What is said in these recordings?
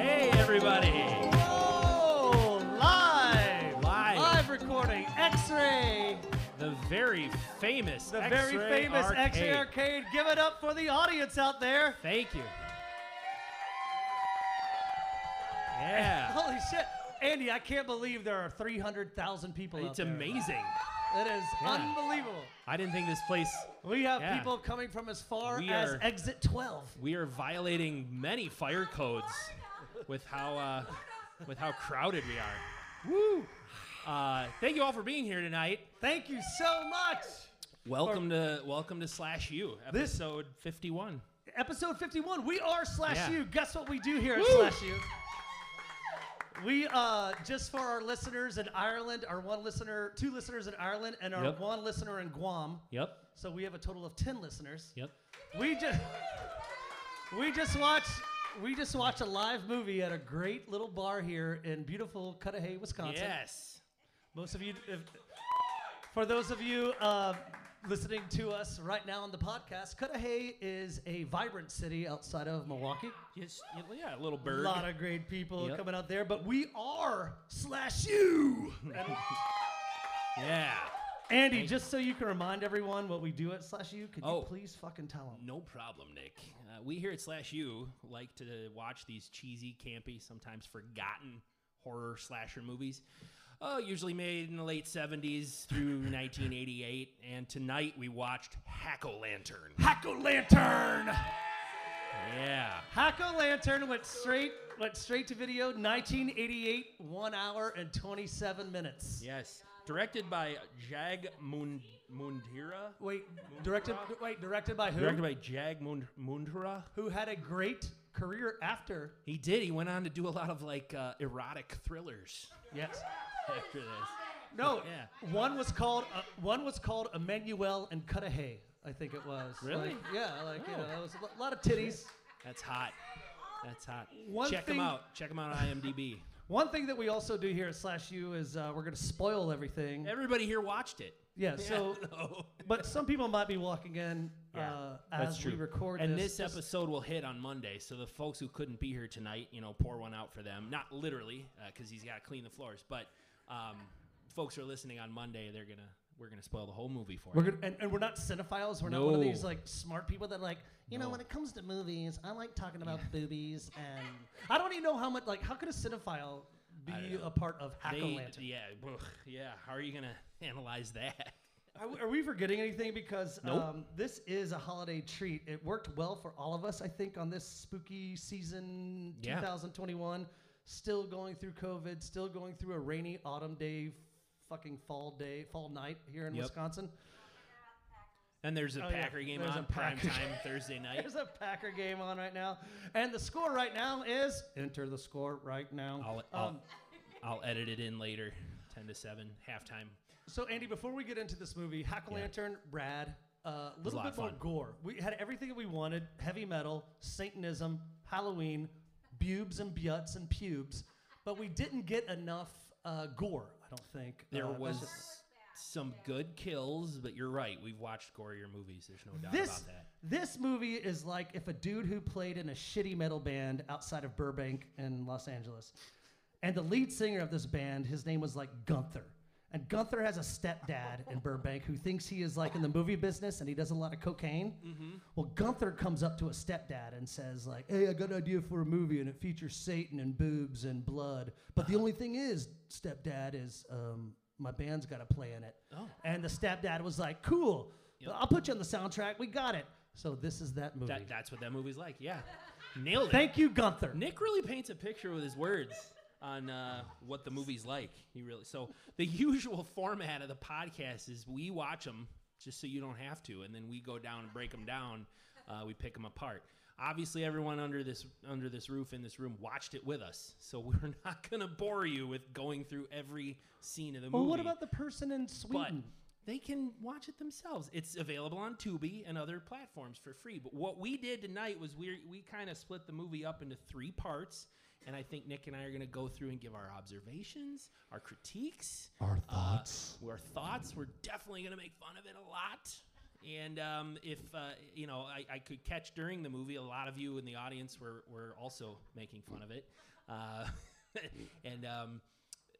Oh everybody. Whoa! Live! Live. Live recording. X-ray. The very famous, The X-Ray very famous Arcade. X-ray arcade. Give it up for the audience out there. Thank you. Yeah, Holy shit. Andy, I can't believe there are 300,000 people out it's there. amazing. It is Yeah. unbelievable. I didn't think this place. We have Yeah. people coming from as far We as are- exit 12. We are violating many fire codes with how uh, with how crowded we are. Woo! Uh, thank you all for being here tonight. Thank you so much. Welcome to welcome to Slash U This- episode fifty one. Episode 51. We are Slash Yeah. U. Guess what we do here at Woo! Slash U? We uh just for our listeners in Ireland, our one listener, two listeners in Ireland, and our Yep. one listener in Guam. Yep, So we have a total of ten listeners. yep. We just we just watched we just watched a live movie at a great little bar here in beautiful Cudahy, Wisconsin. Yes. Most of you, if, for those of you uh, listening to us right now on the podcast, Cudahy is a vibrant city outside of Milwaukee. Yes. Yeah, a little A bird. lot of great people Yep. coming out there, but we are slash you. yeah. Andy, just so you can remind everyone what we do at slash you, could Oh. you please fucking tell them? No problem, Nick. Uh, we here at Slash U like to watch these cheesy, campy, sometimes forgotten horror slasher movies. Uh, usually made in the late 70s through 1988. And tonight we watched Hack O Lantern. Hack o lantern. Yeah. Hack o lantern went straight went straight to video. 1988, one hour and 27 minutes. Yes. Directed by Jag Mund- Mundira. Wait, directed wait directed by who? Directed by Jag Mund- Mundira. who had a great career after. He did. He went on to do a lot of like uh, erotic thrillers Yes. after this. No. Yeah. One was called uh, one was called Emmanuel and Cudahy. I think it was. Really? Like, yeah. Like you Oh. know, that was a lo- lot of titties. That's hot. That's hot. One Check them thing- out. Check them out on IMDb. One thing that we also do here at Slash U is uh, we're gonna spoil everything. Everybody here watched it. yeah. So, No. but some people might be walking in Yeah, uh, that's as true. we record and this. this episode will hit on Monday, so the folks who couldn't be here tonight, you know, pour one out for them. Not literally, because he's got to clean the floors, but um, folks who are listening on Monday, they're gonna we're gonna spoil the whole movie for We're you. gonna, and, and we're not cinephiles. We're not one of these No. like smart people that like you know No. when it comes to movies, I like talking about boobies and I don't even know how much like how could a cinephile I don't be know. a part of hack They- lantern? yeah, ugh, yeah. How are you gonna analyze that? Are, we forgetting anything? Because Nope. um, this is a holiday treat. It worked well for all of us, I think, on this spooky season Yeah. 2021. Still going through COVID. Still going through a rainy autumn day, fucking fall day, fall night here in Yep. Wisconsin. And there's a Oh, yeah, Packer game there's a on prime Packer time Thursday night. There's a Packer game on right now, and the score right now is enter the score right now. Um, I'll, I'll, I'll edit it in later. Ten to seven, halftime. so Andy, before we get into this movie, Hack a Yeah. Lantern, rad, a was a little lot bit of more fun. gore. We had everything that we wanted: heavy metal, Satanism, Halloween, bubes and butts and pubes, but we didn't get enough uh, gore. I don't think There Uh, that's was just- some good kills, but you're right. We've watched gorier movies. There's no doubt This about that. this movie is like if a dude who played in a shitty metal band outside of Burbank in Los Angeles, and the lead singer of this band, his name was like Gunther, and Gunther has a stepdad in Burbank who thinks he is like in the movie business and he does a lot of cocaine. Mm-hmm. Well, Gunther comes up to a stepdad and says like, "Hey, I got an idea for a movie and it features Satan and boobs and blood, but the only thing is, stepdad is um, my band's got to play in it." Oh. And the stepdad was like, "Cool, Yep. I'll put you on the soundtrack. We got it." So this is that movie. That that's what that movie's like. Yeah, nailed it. Thank you, Gunther. Nick really paints a picture with his words on uh, what the movie's like. He really so the usual format of the podcast is we watch them just so you don't have to, and then we go down and break them down. Uh, we pick them apart. Obviously, everyone under this under this roof in this room watched it with us, so we're not gonna bore you with going through every scene of the Well, movie. what about the person in but Sweden? they can watch it themselves. It's available on Tubi and other platforms for free. But what we did tonight was we we kind of split the movie up into three parts, and I think Nick and I are going to go through and give our observations, our critiques, Our uh, our thoughts. We're definitely going to make fun of it a lot, And um, if uh, you know, I, I could catch during the movie, a lot of you in the audience were were also making fun of it. Uh, and um,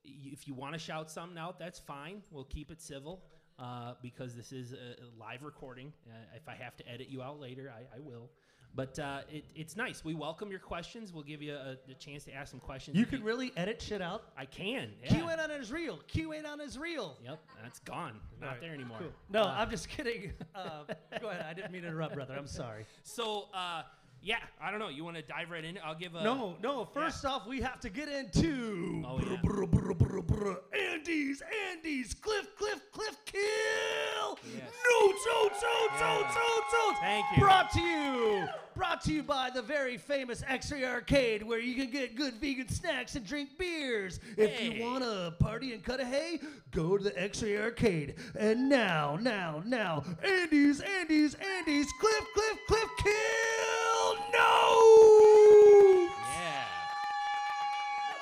y- if you want to shout something out, that's fine. We'll keep it civil uh, because this is a, a live recording. Uh, if I have to edit you out later, I, I will. But uh, it, it's nice. We welcome your questions. We'll give you a, a chance to ask some questions. You if could really edit shit out. I can. Yeah. QAnon is real. QAnon is real. Yep, that's gone. Not Alright, there anymore. No, Uh, I'm just kidding. Uh, go ahead. I didn't mean to interrupt, brother. I'm sorry. So, uh, yeah, I don't know. You want to dive right in? I'll give a. no, no. First off, we have to get into Oh, yeah. brr, brr, brr, brr, Andes, Andes, Cliff, Cliff, Cliff, kill. Yes. Notes, oats, oats, Yeah. oats, oats, oats. Thank you. Brought to you, brought to you by the very famous X-Ray Arcade, where you can get good vegan snacks and drink beers. If Hey. you wanna party and cut a hay, go to the X-Ray Arcade. And now, now, now, Andes, Andes, Andes, Cliff, Cliff, Cliff, kill. No. Yeah.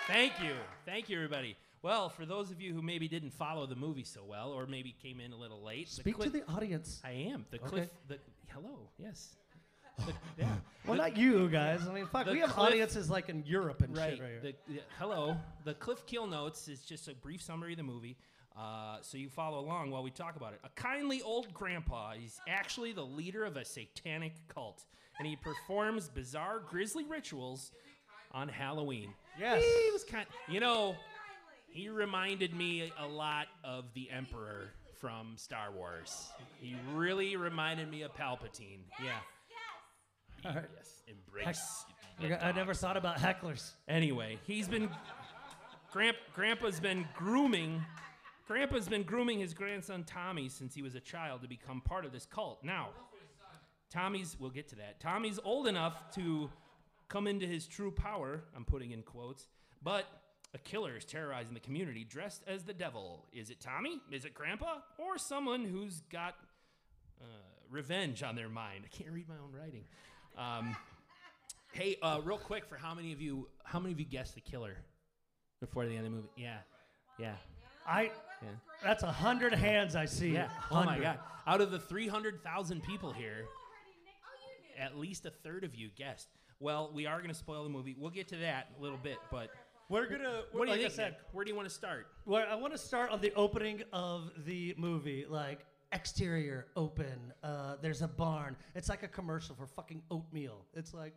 Thank you. Thank you, everybody. Well, for those of you who maybe didn't follow the movie so well or maybe came in a little late, Speak to Cliff- the audience. I am. The Okay. Cliff. The, hello. Yes. The- yeah. Well, not you guys. I mean, fuck. the We have cliff- audiences like in Europe and right. shit right here. The, the- hello. The Cliff Keel Notes is just a brief summary of the movie. Uh, so you follow along while we talk about it. A kindly old grandpa is actually the leader of a satanic cult, and he performs bizarre, grisly rituals on Halloween. Yes. he was kind. You know, he reminded me a lot of the Emperor from Star Wars. He really reminded me of Palpatine. yeah. All right. Yes. Embrace. the I got- I dark never thought about hecklers. Anyway, he's been Gramp, grandpa's been grooming grandpa's been grooming his grandson Tommy since he was a child to become part of this cult. Now, Tommy's we'll get to that. Tommy's old enough to come into his true power, I'm putting in quotes, but a killer is terrorizing the community dressed as the devil. Is it Tommy? Is it grandpa? Or someone who's got uh, revenge on their mind? I can't read my own writing. Um, Hey, uh, real quick, for how many of you? How many of you guessed the killer before the end of the movie? Yeah, yeah, I. yeah, That's a hundred hands I see. yeah. Oh my 100. god! Out of the three hundred thousand people here, Oh, at least a third of you guessed. Well, we are going to spoil the movie. We'll get to that in a little bit, but We're gonna. what do you like think? I said, Nick? Where do you want to start? Well, I want to start on the opening of the movie, like exterior open. Uh, there's a barn. It's like a commercial for fucking oatmeal. It's like,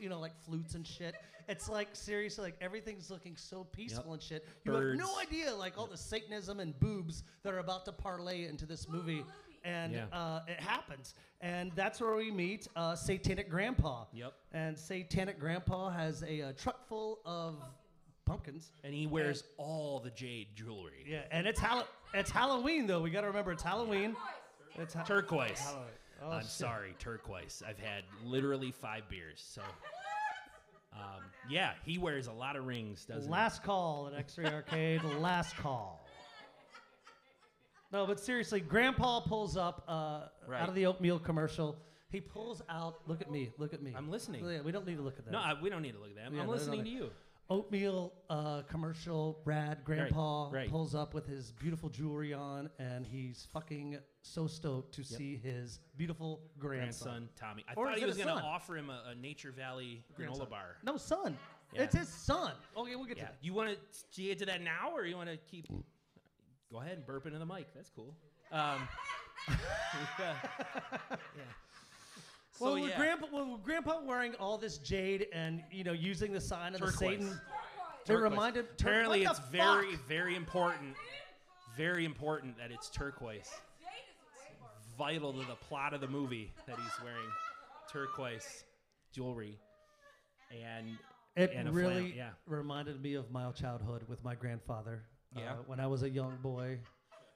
you know, like flutes and shit. It's like seriously, like everything's looking so peaceful and shit. You Birds. have no idea, like all the Satanism and boobs that are about to parlay into this movie. And Yeah. uh, it happens, and that's where we meet uh, Satanic Grandpa. Yep. And Satanic Grandpa has a, uh truck full of pumpkins. And he wears all the jade jewelry, Yeah, and it's Hall- it's Halloween though. We got to remember it's Halloween. It's ha- turquoise. Halloween. Oh, I'm shit. sorry, turquoise. I've had literally five beers, so. Um, yeah, he wears a lot of rings, doesn't he? Last call at X-Ray Arcade. last call. No, but seriously, Grandpa pulls up uh, Right. out of the oatmeal commercial. He pulls out. Look at me. Look at me. I'm listening. Yeah, we don't need to look at that. No, I, we don't need to look at them. Yeah, I'm no, no, listening no. to you. oatmeal uh, commercial. Rad. Grandpa right. pulls up with his beautiful jewelry on, and he's fucking so stoked to see his beautiful grandson. grandson Tommy. I Or thought is he it was a going to son? offer him a, a Nature Valley Grandson. granola bar. No, son. Yeah. It's his son. Okay, we'll get Yeah. to that. You want to get to that now, or you want to keep? Mm. Go ahead and burp into the mic. That's cool. Um, yeah. So well, with yeah, grandpa, well, with grandpa wearing all this jade and you know using the sign of Turquoise. the Satan, it turquoise. reminded. tur- Apparently, what it's the fuck? very, very important. Very important that it's turquoise. Vital to the plot of the movie that he's wearing turquoise jewelry, and It and a flannel, really yeah. reminded me of my childhood with my grandfather. uh, Yeah. when I was a young boy,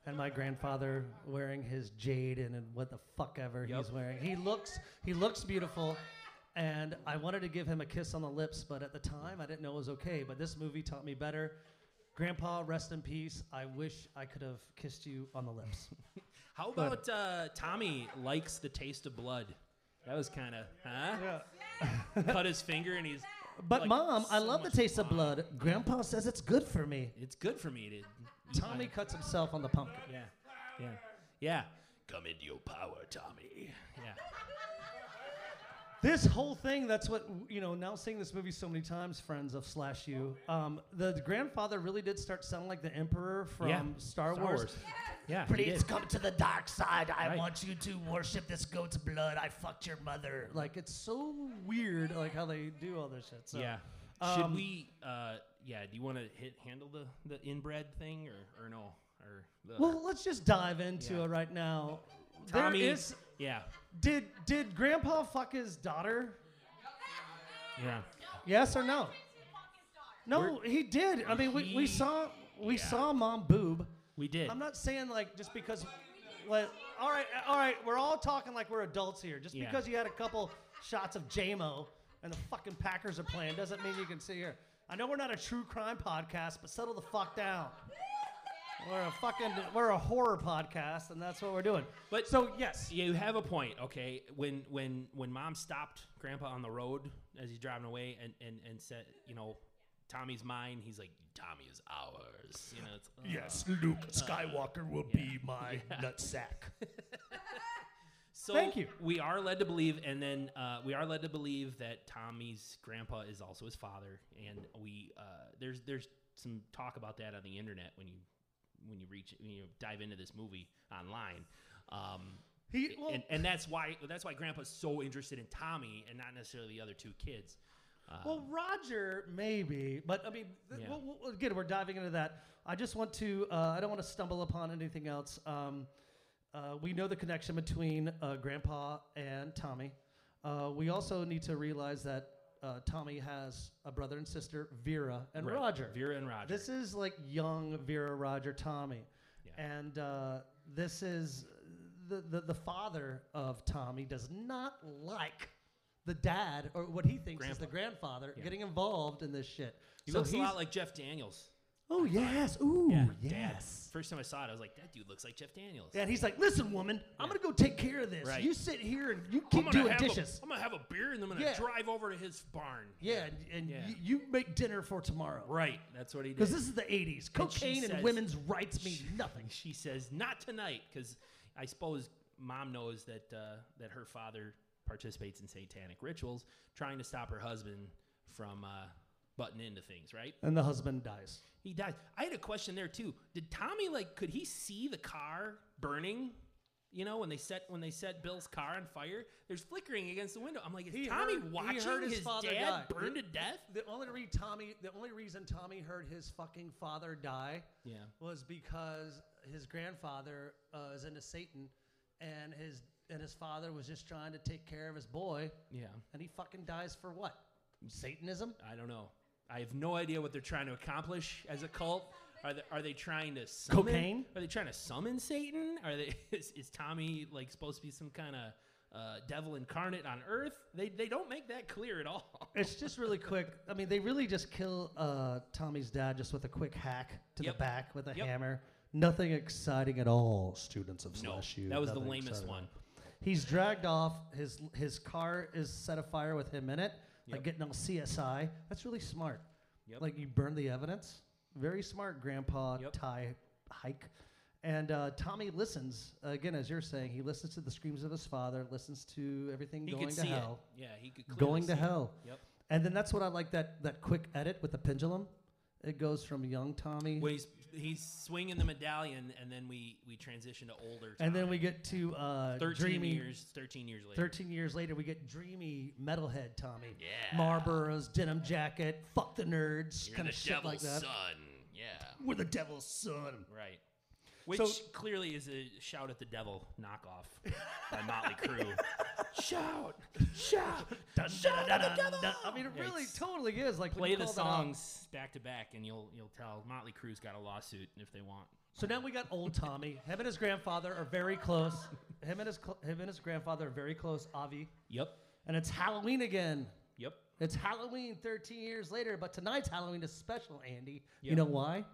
and my grandfather wearing his jade and, and what the fuck ever Yup. he's wearing. He looks he looks beautiful, and I wanted to give him a kiss on the lips, but at the time I didn't know it was okay. But this movie taught me better. Grandpa, rest in peace. I wish I could have kissed you on the lips. How But- about uh, Tommy likes the taste of blood? That was kind of, huh? Cut his finger and he's, But Like, mom, I so love the much taste of blood. Grandpa says it's good for me. it's good for me to. eat Tommy my-" cuts himself on the pumpkin. Yeah. Yeah. Yeah. Come into your power, Tommy. Yeah. This whole thing, that's what, you know, now seeing this movie so many times, friends of slash you, um, the grandfather really did start sounding like the emperor from Yeah, Star, Wars. Yeah. he Please did. come to the dark side. I Right. want you to worship this goat's blood. I fucked your mother. Like it's so weird, like how they do all this shit. So. Yeah. Um, Should we? Uh, yeah. Do you want to hit handle the the inbred thing or or no or the Well, let's just dive into Yeah. it right now. Tommy? There is. yeah. Did did Grandpa fuck his daughter? Yeah. Yes or no? No, We're- he did. I mean, we, we He- saw we yeah. saw mom boob. We did. I'm not saying like just because. Like, all right, all right. We're all talking like we're adults here. Just Yeah. because you had a couple shots of JMO and the fucking Packers are playing doesn't mean you can sit here. I know we're not a true crime podcast, but settle the fuck down. We're a fucking we're a horror podcast, and that's what we're doing. But- so yes, you have a point, okay? When when when mom stopped grandpa on the road as he's driving away and and and said, you know, Tommy's mine. He's like, Tommy is ours. You know, it's uh. Luke Skywalker will be my nutsack. So Thank you. We are led to believe, and then uh, we are led to believe that Tommy's grandpa is also his father, and we uh, there's there's some talk about that on the internet when you when you reach when you dive into this movie online. Um, He, well, and, and that's why that's why Grandpa's so interested in Tommy and not necessarily the other two kids. Um, Well, Roger, maybe, but I mean, th- Yeah. well, well, again, we're diving into that. I just want to, uh, I don't want to stumble upon anything else. Um, uh, we know the connection between uh, Grandpa and Tommy. Uh, we also need to realize that uh, Tommy has a brother and sister, Vera and right, Roger. Vera and Roger. This is like young Vera, Roger, Tommy, Yeah. and uh, this is the, the the father of Tommy does not like the dad or what he thinks is the grandfather Yeah. getting involved in this shit. he so looks a he's- lot like Jeff Daniels. oh yes, ooh Dad. yes. First time I saw it, I was like, that dude looks like Jeff Daniels. And he's like, "Listen, woman, I'm gonna go take care of this. Right. You sit here and you I'm keep gonna doing have dishes. A, I'm gonna have a beer and I'm gonna Yeah. drive over to his barn. yeah, and, and Yeah. y- you make dinner for tomorrow. Right. That's what he did. Because this is the '80s. And she Cocaine and, says- women's rights mean nothing. She says, not tonight, because I suppose mom knows that uh, that her father participates in satanic rituals, trying to stop her husband from uh, butting into things. Right. And the husband dies. He dies. I had a question there too. Did Tommy like could he see the car burning? You know when they set when they set Bill's car on fire, there's flickering against the window. I'm like, is He Tommy heard- he watching heard his his, father die. dad burn to death? The only re- Tommy, the only reason Tommy heard his fucking father die Yeah, was because his grandfather uh, is into Satan, and his and his father was just trying to take care of his boy, yeah. and he fucking dies for what? Satanism? I don't know. I have no idea what they're trying to accomplish as a cult. Are they, are they trying to summon, Cocaine? Are they trying to summon Satan? Are they is, is Tommy like supposed to be some kind of uh, devil incarnate on Earth? They they don't make that clear at all. It's just really quick. I mean, they really just kill uh, Tommy's dad just with a quick hack to Yep. the back with a Yep. hammer. Nothing exciting at all, students of No, slash U. that was the Nothing lamest exciting at all. one. He's dragged off. His his car is set afire with him in it, like Yep. getting all CSI. That's really smart. Yep. Like you burn the evidence. Very smart, Grandpa Yep. Ty Hike. And uh, Tommy listens again, as you're saying. He listens to the screams of his father. Listens to everything He going could to see hell. it. Yeah, he could clearly Going see to it. hell. Yep. And then that's what I like that that quick edit with the pendulum. It goes from young Tommy, Well, he's he's swinging the medallion, and then we we transition to older. and then Tommy. we get to uh, thirteen dreamy, years, thirteen years later. 13 years later, we get dreamy metalhead Tommy. Yeah. Marlboro's denim jacket, fuck the nerds, You're kind of the shit like devil's that. son. Yeah, We're the devil's son. right. Which clearly is a shout at the devil knockoff by Motley Crue. shout, shout, Dun, dun, dun, at the dun, devil! dun. I mean, it Yeah, really it's- totally is. Like, when Play you the call that out- songs back to back, and you'll you'll tell Motley Crue's got a lawsuit if they want. So now we got old Tommy. Him and his grandfather are very close. Him and his, cl- him and his grandfather are very close, Avi. Yep, And it's Halloween again. yep. It's Halloween 13 years later, but tonight's Halloween is special, Andy. You Yeah. know why?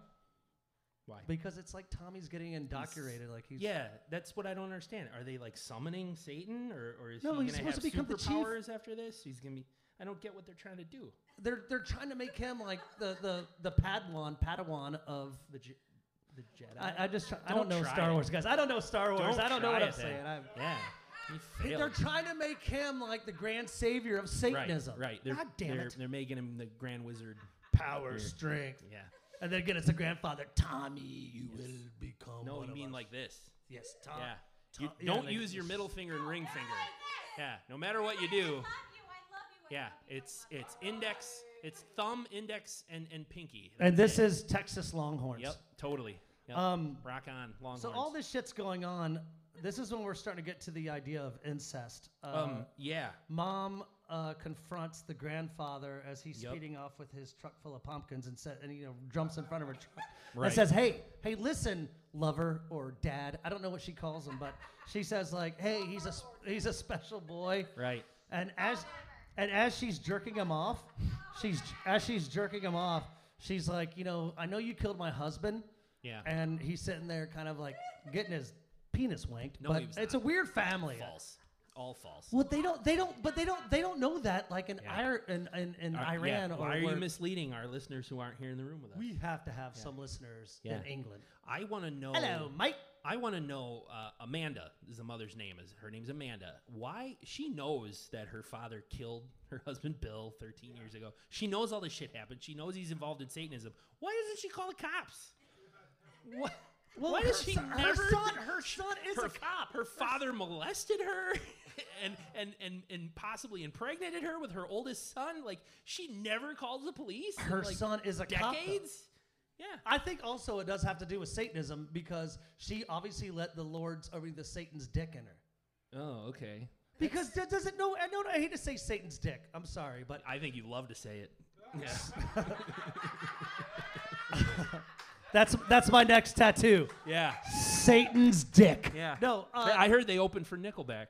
Why? Because it's like Tommy's getting indoctrinated. Like he's Yeah, that's what I don't understand. Are they like summoning Satan, or, or is No, he he's going to supposed have to become the chief. superpowers after this? He's going to be. I don't get what they're trying to do. they're they're trying to make him like the the the Padawan Padawan of the Ju- the Jedi. I, I just try, I don't Don't know try Star it. Wars guys. I don't know Star Wars. I don't know try what I'm it then. saying. I'm, yeah, you failed. they're trying to make him like the grand savior of right, Satanism. right. They're, God damn they're, it. They're making him the Grand Wizard. Power, Weird. strength, Yeah. and then again it's the grandfather. Tommy, you Yes. will become. No, one you of mean us." like this? yes, Tom. Yeah. Tom- You Uh, yeah, don't like- use your middle finger and ring Not finger. like this. Yeah. No matter what you do. I love you. I love you. I Yeah. love you, I It's love you. it's index, it's thumb, index, and and pinky. And That's this it. is Texas Longhorns. Yep. Totally. Yep. Um, Rock on. Longhorns. So all this shit's going on. This is when we're starting to get to the idea of incest. Uh, Um. Yeah. mom uh, confronts the grandfather as he's Yep. speeding off with his truck full of pumpkins and sa- and you know jumps in front of her truck Right. and says, "Hey, hey, listen, lover or dad. I don't know what she calls him, but she says like, hey, he's a s- he's a special boy." Right. And as and as she's jerking him off, she's as she's jerking him off, she's like, you know, I know you killed my husband, Yeah. and he's sitting there kind of like getting his penis wanked. No, but he was it's not. a weird family. False. All false. Well, they don't. They don't. But they don't. They don't know that. Like in Yeah. Ir- in, in, in Uh, yeah. Iran or Why are you where- misleading our listeners who aren't here in the room with us? we have to have some listeners Yeah. in England. I want to know. Hello, Mike. I want to know. Uh, Amanda is the mother's name. Is her name's Amanda? Why she knows that her father killed her husband Bill 13 years ago. She knows all this shit happened. She knows he's involved in Satanism. Why doesn't she call the cops? What? Well, Why her, does she son, her never? son. Her son is her, a cop. Her father molested her, and, and and and possibly impregnated her with her oldest son. Like she never calls the police. in, Her like, son is a cop. though. decades. Yeah. I think also it does have to do with Satanism because she obviously let the Lord's, I mean, the Satan's dick in her. Oh, okay. Because that doesn't know. I know. I hate to say Satan's dick. I'm sorry, but I think you love to say it. Yeah. that's that's my next tattoo. yeah. Satan's dick. Yeah. No. Uh, I heard they opened for Nickelback.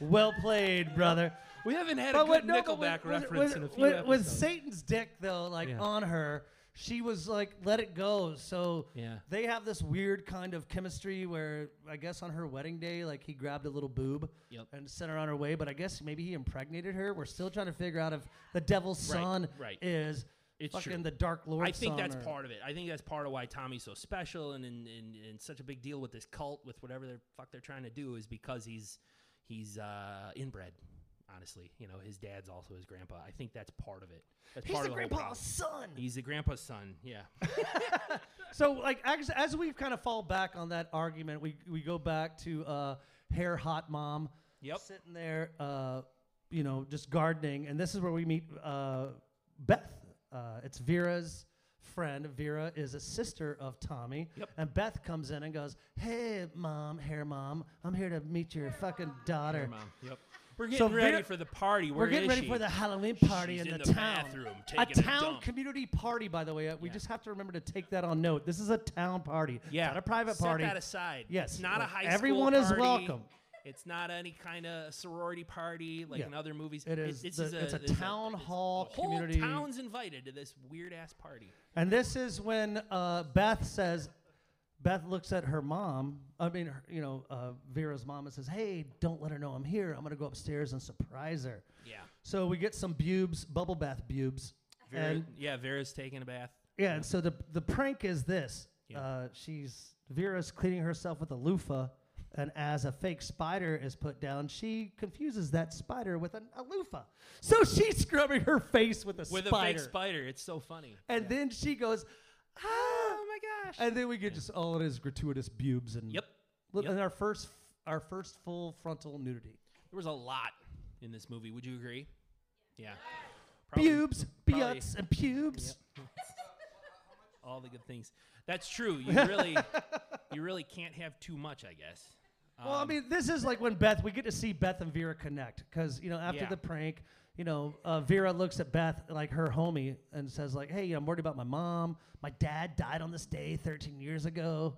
well played, brother. We haven't had a But good what- no, but Nickelback with- with- reference with- in a few with, episodes. with Satan's dick though, like Yeah. on her, she was like, "Let it go." So Yeah. they have this weird kind of chemistry where I guess on her wedding day, like he grabbed a little boob Yep. and sent her on her way. But I guess maybe he impregnated her. We're still trying to figure out if the devil's Right, son right. is It's fucking true. the dark lord. I think son that's or- part of it. I think that's part of why Tommy's so special and and, and and such a big deal with this cult with whatever the fuck they're trying to do is because he's he's uh, inbred. Honestly, you know, his dad's also his grandpa. I think that's part of it. That's He's part the of the whole problem. grandpa's son. He's the grandpa's son. Yeah. So, like, as, as we kind of fall back on that argument, we, we go back to uh, hair hot mom. Yep. Sitting there, uh, you know, just gardening. And this is where we meet uh, Beth. Uh, it's Vera's friend. Vera is a sister of Tommy. Yep. And Beth comes in and goes, Hey, mom, hair mom, I'm here to meet your fucking daughter. Your mom. Yep. We're getting So ready Vera- for the party. Where We're getting is ready she? for the Halloween party She's in, the, in the town. bathroom a taking a town dump. community party, by the way. Uh, We Yeah. just have to remember to take that on note. This is a town party. Yeah, it's not a private party. Set that aside. Yes, it's not a like, high everyone school is party. welcome. It's not any kind of sorority party like Yeah. in other movies. It is It's, the- this it's a this town it's- hall the whole community- town's invited to this weird ass party. And this is when uh, Beth says, Beth looks at her mom. I mean, her, you know, uh, Vera's mom and says, "Hey, don't let her know I'm here. I'm gonna go upstairs and surprise her." Yeah. So we get some bubes, bubble bath bubes, Vera, and yeah, Vera's taking a bath. Yeah, and so the the prank is this: Yeah. uh, she's Vera's cleaning herself with a loofah, and as a fake spider is put down, she confuses that spider with an, a loofah. So she's scrubbing her face with a With spider, a fake spider. It's so funny. and then she goes, "Ah!" Oh my gosh. And then we get just all it is gratuitous bubes and yep. li- yep. and our first our first full frontal nudity. There was a lot in this movie. Would you agree? Yeah. Pubes, probably- butts, and pubes. all the good things. That's true. You really you really can't have too much, I guess. Well, I Um, mean, this is like when Beth, we get to see Beth and Vera connect because, you know, after Yeah. the prank, you know, uh, Vera looks at Beth, like her homie, and says, like, hey, I'm worried about my mom. My dad died on this day 13 years ago.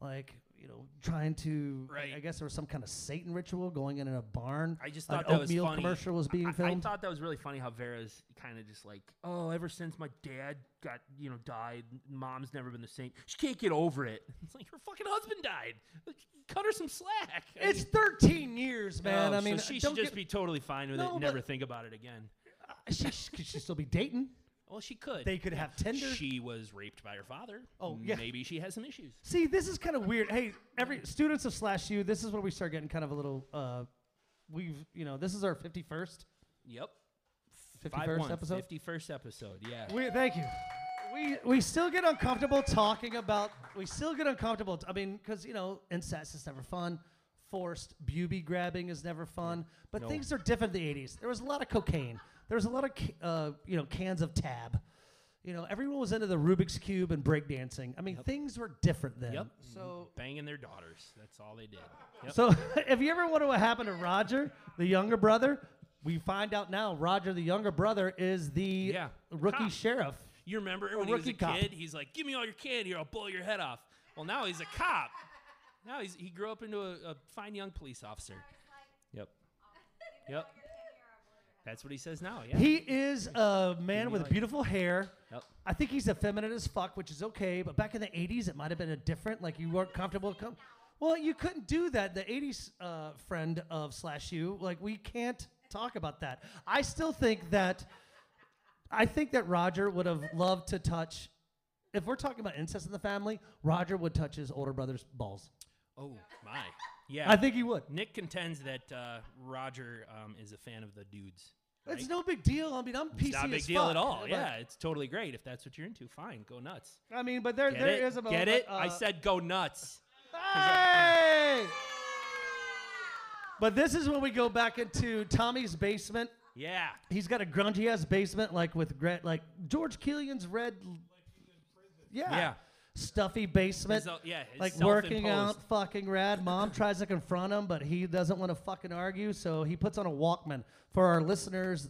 Like, you know, trying to, I- I Right. guess there was some kind of Satan ritual going in in a barn. I just An thought that was oatmeal funny. commercial was I- being I, I filmed. thought that was really funny how Vera's kind of just like, oh, ever since my dad got you know died, mom's never been the same. She can't get over it. It's like her fucking husband died. Like, Cut her some slack. I it's mean, 13 years, man. oh, I mean, so she don't should just get- be totally fine with it. No, and Never but- think about it again. She, she could she still be dating? Well, she could. They could have Tinder. She was raped by her father. Oh, yeah. Maybe she has some issues. See, this is kind of weird. Hey, every students of slash U, this is where we start getting kind of a little. Uh, we've you know this is our fifty first. Yep. 51st episode? 51st episode, yeah. We thank you. We we still get uncomfortable talking about. We still get uncomfortable. t- I mean, because you know, incest is never fun. Forced booby grabbing is never fun. But No. things are different in the '80s. There was a lot of cocaine. There was a lot of ca- uh, you know cans of tab. You know, everyone was into the Rubik's cube and breakdancing. I mean, things were different then. Yep. So Banging their daughters. That's all they did. Yep. So if you ever wonder what happened to Roger, the younger brother, we find out now Roger, the younger brother, is the Yeah. rookie Cop. sheriff. You remember when he was a rookie cop. kid? He's like, "Give me all your candy, or I'll blow your head off." Well, now he's a cop. Now he's he grew up into a, a fine young police officer. Yep. um, Yep. That's what he says now. Yeah. He is a man with like- beautiful hair. Yep. I think he's effeminate as fuck, which is okay. But back in the '80s, it might have been a different. Like you weren't comfortable. Com- well, you couldn't do that. The '80s uh, friend of slash you, like we can't talk about that. I still think that. I think that Roger would have loved to touch. If we're talking about incest in the family, Roger would touch his older brother's balls. Oh my. Yeah. I think he would. Nick contends that uh, Roger um, is a fan of the dudes. right? It's no big deal. I mean, I'm PC It's not a big as deal fuck. at all. Like, Yeah, it's totally great if that's what you're into. Fine, go nuts. I mean, but there Get there is it? a moment. Get it? I uh, said go nuts. Hey! But this is when we go back into Tommy's basement. Yeah. He's got a grungy ass basement, like with Gret, like George Killian's red. Yeah. Yeah. Stuffy basement. His o- uh, yeah. his like working self-imposed- out, fucking rad. Mom tries to confront him, but he doesn't want to fucking argue, so he puts on a Walkman. For our listeners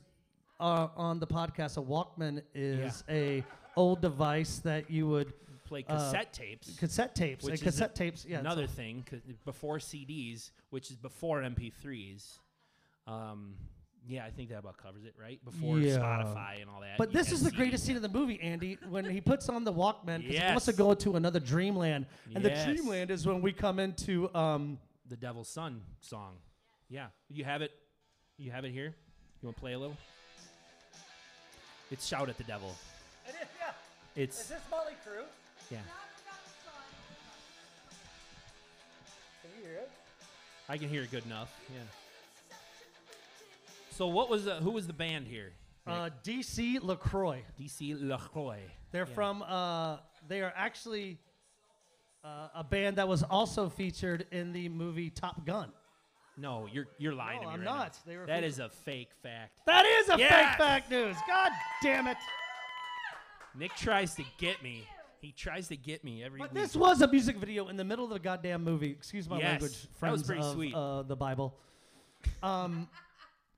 uh, on the podcast, a Walkman is a old device that you would Play uh, cassette tapes. cassette tapes. Which and is cassette tapes, yeah. it's another thing 'cause before CDs, which is before MP3s. Um, yeah, I think that about covers it, right? Before Yeah. Spotify and all that. But you this had is the CDs. greatest scene of the movie, Andy, when he puts on the Walkman because he wants to Yes. go to another dreamland. And Yes. the dreamland is when we come into um, The Devil's Son song. Yeah, you have it. You have it here. You want to play a little? It's shout at the devil. It's this Molly Crew? yeah. Can you hear it? I can hear it good enough. Yeah. So what was the, who was the band here? Uh, DC LaCroix. DC LaCroix. They're Yeah. from. Uh, they are actually uh, a band that was also featured in the movie Top Gun. No, you're you're No, lying to me. I'm right now. not. They were That fake- is a fake fact. That is a Yes! fake fact news. God damn it! Nick tries to get me. He tries to get me every But week. this was a music video in the middle of the goddamn movie. Excuse my Yes, language, that was friends pretty of sweet. Uh, the Bible. Um,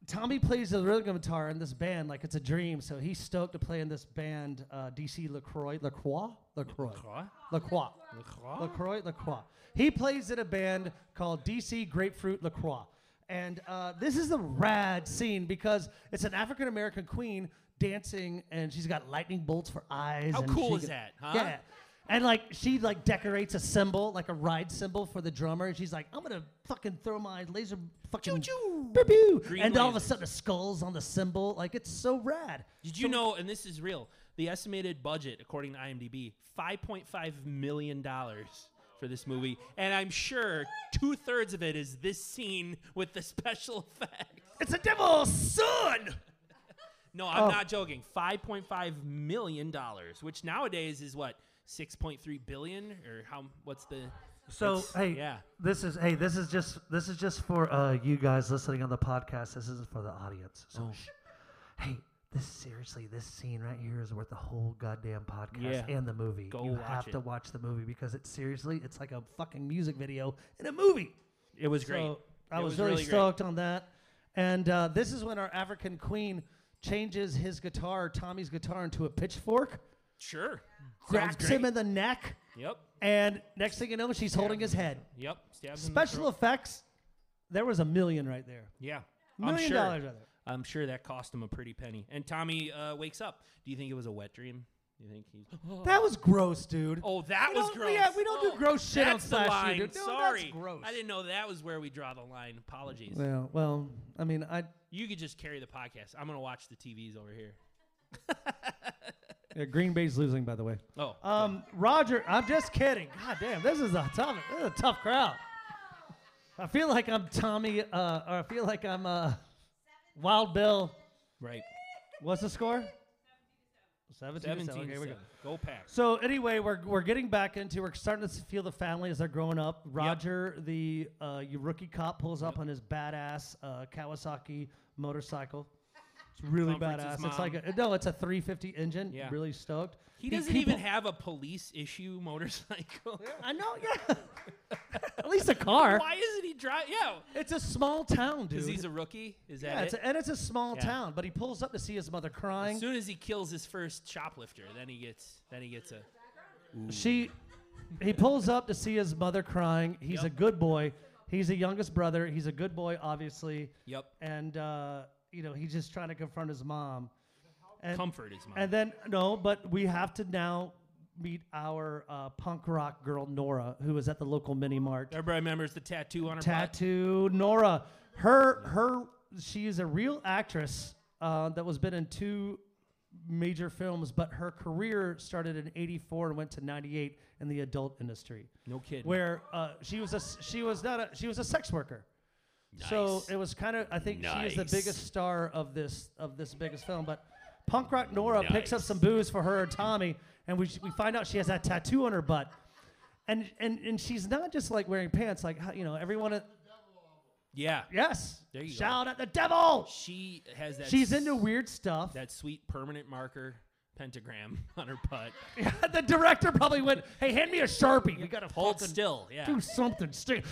Tommy plays the rhythm guitar in this band like it's a dream. So he's stoked to play in this band, uh, DC Lacroix, Lacroix, Lacroix, LaCroix? Lacroix, LaCroix? Lacroix, Lacroix. He plays in a band called DC Grapefruit Lacroix, and uh, this is the rad scene because it's an African American queen dancing, and she's got lightning bolts for eyes. How and cool she is can- that, huh? Yeah. And like she like decorates a symbol, like a ride symbol for the drummer, and she's like, "I'm gonna fucking throw my laser fucking Choo-choo. pew, pew." Green and all of a lasers. sudden the skulls on the symbol, like it's so rad. Did you know, and this is real, the estimated budget, according to IMDb, $5.5 million for this movie. And I'm sure two thirds of it is this scene with the special effects. It's a devil's son. No, I'm Oh. not joking. $5.5 million, which nowadays is what? 6.3 billion or how what's the So It's- hey, yeah. this is hey, this is just this is just for uh, you guys listening on the podcast. This isn't for the audience. Oh. So shh. hey, this seriously, this scene right here is worth the whole goddamn podcast Yeah. and the movie. Go you watch have to it. watch the movie because it's seriously, it's like a fucking music video in a movie. It was great. So I It was, was really, really great. stoked on that. And uh, this is when our African queen changes his guitar, Tommy's guitar, into a pitchfork, Sure. Sounds cracks him great. in the neck, Yep. and next thing you know, she's holding his head. Yep. Stabs him in the Mm-hmm. Special throat. effects, there was a million right there. Yeah. I'm Million sure. dollars right there. I'm sure that cost him a pretty penny. And Tommy uh, wakes up. Do you think it was a wet dream? Do you think he? That was gross, dude. Oh, that We was don't- gross. yeah, we don't do Oh, gross shit on that's the Slash U, line. dude. No, that's Sorry, gross. I didn't know that was where we draw the line. Apologies. Well, well, I mean, I You could just carry the podcast. I'm gonna watch the TVs over here. yeah, Green Bay's losing, by the way. Oh, Um, Roger, I'm just kidding. God damn, this is a tough, this is a tough crowd. I feel like I'm Tommy, uh, or I feel like I'm uh, Wild Bill. right. What's the score? 17 to Seventeen. seven. Okay, here we go. seven. Go pack. So anyway, we're, we're getting back into we're starting to feel the family as they're growing up. Roger, the uh, your rookie cop, pulls up on his badass uh, Kawasaki motorcycle. It's really Comforts badass. his It's like a, no, it's a 350 engine. Yeah. Really stoked. He doesn't even people- have a police issue motorcycle. I know. Yeah. At least a car. Why isn't he driving? Yeah, It's a small town, dude. because he's a rookie. Is that yeah, it's it? a, and it's a small Yeah. town. But he pulls up to see his mother crying. As soon as he kills his first shoplifter, then he gets then he gets a She, he pulls up to see his mother crying. He's a Yep. good boy. He's the youngest brother. He's a good boy, obviously, yep and uh, you know he's just trying to confront his mom. And, comfort is mine. and then no, but we have to now meet our uh, punk rock girl Nora, who is at the local mini mart. Everybody remembers the tattoo on her butt. Tattoo Nora. Her her she is a real actress uh, that was been in two major films, but her career started in '84 and went to '98 in the adult industry No kidding. where uh, she was a s- she was not a she was a sex worker. So Nice. it was kind of I think she is Nice. the biggest star of this of this biggest film. But punk rock Nora picks up some booze for her and Tommy, and we, we find out she has that tattoo on her butt, and and and she's not just like wearing pants like how- you know everyone. at- yeah, Yes, There you go. shout at the devil. she has that. She's s- into weird stuff. that sweet permanent marker pentagram on her butt. the director probably went, "Hey, hand me a sharpie. We gotta Hold fucking still. Yeah. do something." Stay,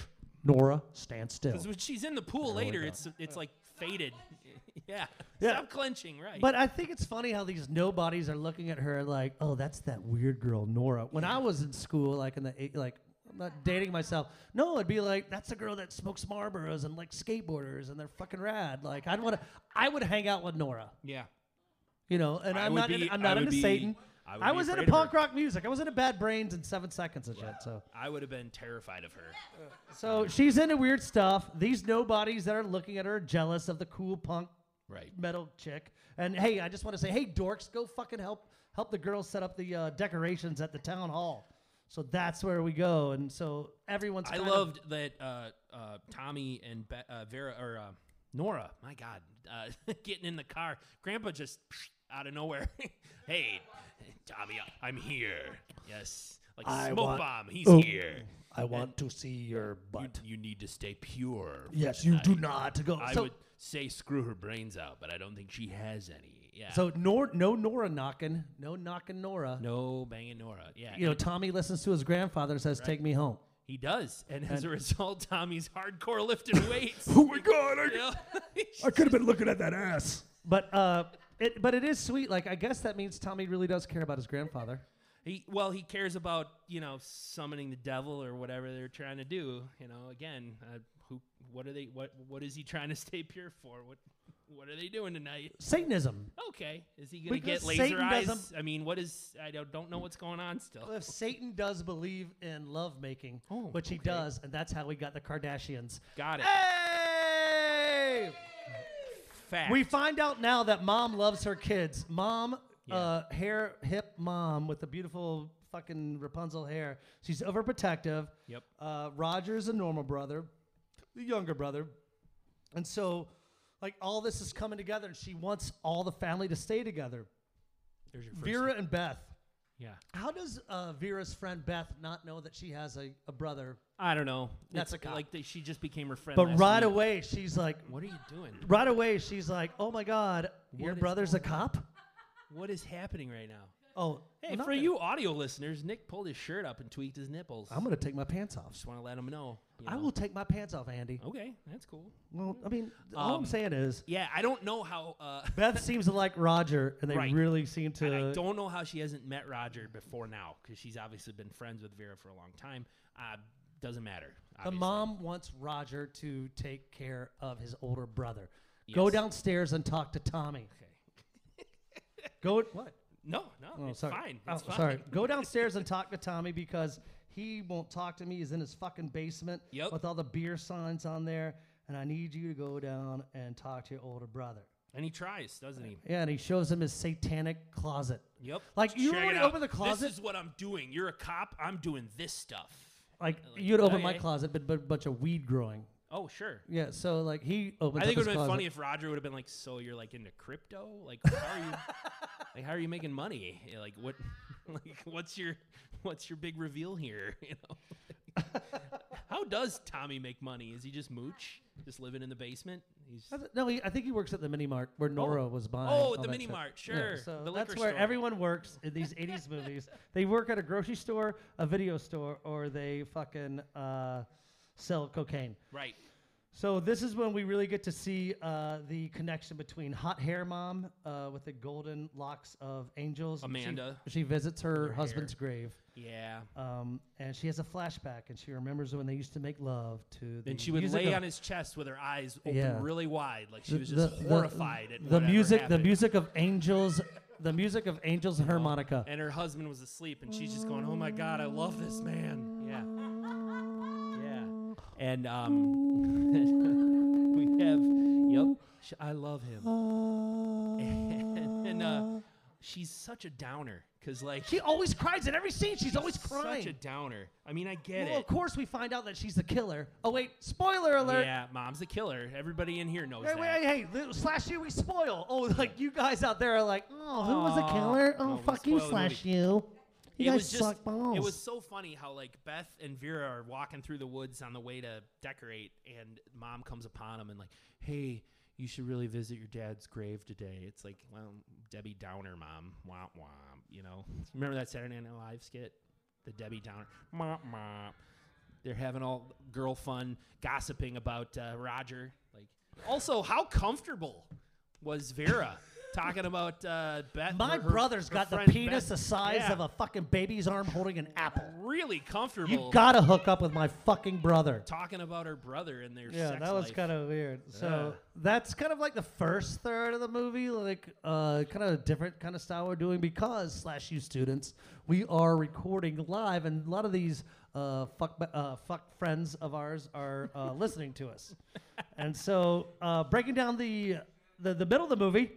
Nora, stand still. 'Cause when she's in the pool later, it's it's like faded. yeah. Yeah. Stop clenching, right? But I think it's funny how these nobodies are looking at her like, "Oh, that's that weird girl, Nora." When I was in school, like in the eight, like, I'm not dating myself. No, it'd be like, "That's the girl that smokes Marlboros and like skateboarders and they're fucking rad." Like, I'd want to, I would hang out with Nora, yeah. you know. And I I'm would not, in- be- I'm I not would into be- Satan. I I, would be was into afraid of punk her. rock music. I was into Bad Brains in seven seconds and shit. So, I would have been terrified of her. so she's into weird stuff. These nobodies that are looking at her are jealous of the cool punk Right. metal chick. And hey, I just want to say, hey, dorks, go fucking help help the girls set up the uh, decorations at the town hall. So that's where we go. And so everyone's. I kind loved that uh, uh, Tommy and Be- uh, Vera or uh, Nora. My God, uh, getting in the car. Grandpa just out of nowhere. hey, Tommy, I'm here. Yes, like I smoke want- bomb. He's Oh. here. Of, I want to see your You, butt. you need to stay pure. yes, you do not go. I so, would say screw her brains out, but I don't think she has any. Yeah. so nor, no Nora knocking, no knocking Nora. no banging Nora. Yeah. You know, Tommy listens to his grandfather and says, "Take me home." He does, and as a result, Tommy's hardcore lifting weights. Oh my god! you know? I could have been looking at that ass. But uh, it but it is sweet. Like I guess that means Tommy really does care about his grandfather. He well, he cares about you know summoning the devil or whatever they're trying to do. You know, again, uh, who? What are they? What? What is he trying to stay pure for? What? What are they doing tonight? Satanism. Okay, is he gonna Because get laser Satan eyes? doesn't- I mean, what is? I don't, don't know what's going on still. Well, if Satan does believe in love making, Oh, which he okay. does, and that's how we got the Kardashians. Got Eh, it. Hey! Fact. We find out now that mom loves her kids. Mom, uh, hair hip mom with the beautiful fucking Rapunzel hair. She's overprotective. Yep. Uh, Roger's a normal brother, the younger brother, and so like all this is coming together, and she wants all the family to stay together. There's your first. Vera and Beth. Yeah. How does uh, Vera's friend Beth not know that she has a, a brother? I don't know. That's It's a cop. like that. She just became her friend. But last right week. away, she's like, What are you doing? right away, she's like, oh my God, your is brother's a cop? What is happening right now? Oh, Hey, nothing. for you audio listeners, Nick pulled his shirt up and tweaked his nipples. I'm going to take my pants off. just want to let him know. you I know. will take my pants off, Andy. Okay, that's cool. Well, I mean, all I'm Oh. Um, saying is Yeah, I don't know how. Uh, Beth seems to like Roger, and they Right. really seem and to. I don't know how she hasn't met Roger before now because she's obviously been friends with Vera for a long time. Uh, doesn't matter. the obviously. mom wants Roger to take care of his older brother. Go Yes. downstairs and talk to Tommy. Okay. Go what? No, no, Oh, it's sorry. fine. Oh, It's fine. sorry. Go downstairs and talk to Tommy because he won't talk to me. He's in his fucking basement Yep. with all the beer signs on there. and I need you to go down and talk to your older brother. And he tries, doesn't he? Yeah, and he shows him his satanic closet. Yep. Like, you Check know when it you out. open the closet- This is what I'm doing. You're a cop. I'm doing this stuff. Like, Like, Oh, you'd open my okay. closet, but but a bunch of weed growing. Oh sure. Yeah, so like he opens. I up his think it would have been closet. funny if Roger would have been like, "So you're like into crypto? Like how are you? like how are you making money? Yeah, Like what? Like what's your what's your big reveal here? You know? how does Tommy make money? Is he just mooch? Just living in the basement? He's I th- No, he, I think he works at the mini mart where Nora was buying. Oh, at all the that mini stuff. mart, Yeah, sure. so The that's liquor where store. everyone works in these '80s movies. They work at a grocery store, a video store, or they fucking uh, sell cocaine. right. So this is when we really get to see uh, the connection between hot hair mom uh, with the golden locks of angels. She- Amanda. She, visits her, her husband's grave, Yeah. um, and she has a flashback, and she remembers when they used to make love to. The And she would music lay of- on his chest with her eyes open Yeah. really wide, like she the- was just the- the- horrified at the whatever music. The happened. Uh-huh. music of angels. The music of angels and harmonica. And her husband was asleep, and she's just going, "Oh my God, I love this man." Yeah, yeah. And um, we have, yep, sh- I love him. And, uh, she's such a downer, cause like she always cries in every scene. She's always Such a crying. downer. I mean, I get Well, it. of course, we find out that she's the killer. Oh wait, spoiler alert. Yeah, mom's a killer. Everybody in here knows Hey, that. wait, hey, hey, li- slash you, we spoil. Oh, like you guys out there are like, oh, who was the killer? Aw, Oh, no, we fuck you, spoiled the slash you. You guys suck balls. It was so funny how like Beth and Vera are walking through the woods on the way to decorate, and Mom comes upon them and like, "Hey, you should really visit your dad's grave today." It's like, well, Debbie Downer, Mom, womp womp. You know, remember that Saturday Night Live skit, the Debbie Downer, womp womp. They're having all girl fun, gossiping about uh, Roger. Like, also, how comfortable was Vera? Talking about uh, Beth. My her- brother's her got the friend penis Beth. the size Yeah of a fucking baby's arm holding an apple. really comfortable You gotta hook up with my fucking brother. talking about her brother and their Yeah, sex that was life. kind of weird. So Yeah. that's kind of like the first third of the movie, like uh, kind of a different kind of style we're doing because slash you students, we are recording live, and a lot of these uh, fuck bu- uh, fuck friends of ours are uh, listening to us, and so uh, breaking down the, the the middle of the movie.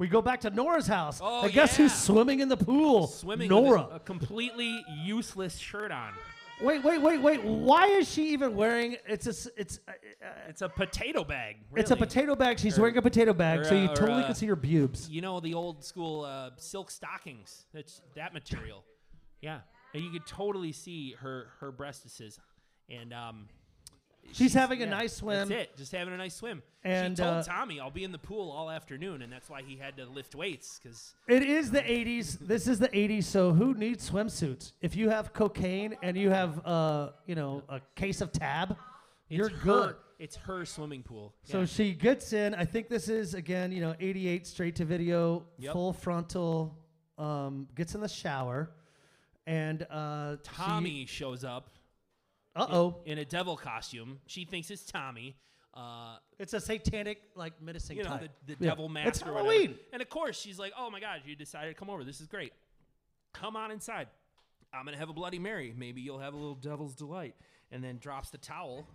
We go back to Nora's house. Oh, and guess who's yeah. swimming in the pool? swimming with Nora. a- a completely useless shirt on. Wait, wait, wait, wait. Why is she even wearing? It's a, s- it's uh, It's a potato bag. It's a really. potato bag. She's wearing a potato bag, or, so you uh, or, totally uh, can see her pubes. You know the old school uh, silk stockings. That's that material. Yeah, and you could totally see her her breastises, and um. She's having a yeah, nice swim. That's it. Just having a nice swim. And, she told uh, Tommy, "I'll be in the pool all afternoon," and that's why he had to lift weights because It is the 80s. This is the 80s. So who needs swimsuits? If you have cocaine and you have, uh, you know, a case of tab, you're good. It's her swimming pool. So Yeah. she gets in. I think this is again, you know, 88 straight to video, Yep. full frontal. Um, gets in the shower, and uh, Tommy shows up Uh oh, in a devil costume. She thinks it's Tommy. Uh, it's a satanic like menacing you know, type. the, the Yeah. devil mask It's or whatever. Halloween. And of course, she's like, oh my God, you decided to come over. This is great. Come on inside. I'm going to have a Bloody Mary. Maybe you'll have a little devil's delight. And then drops the towel.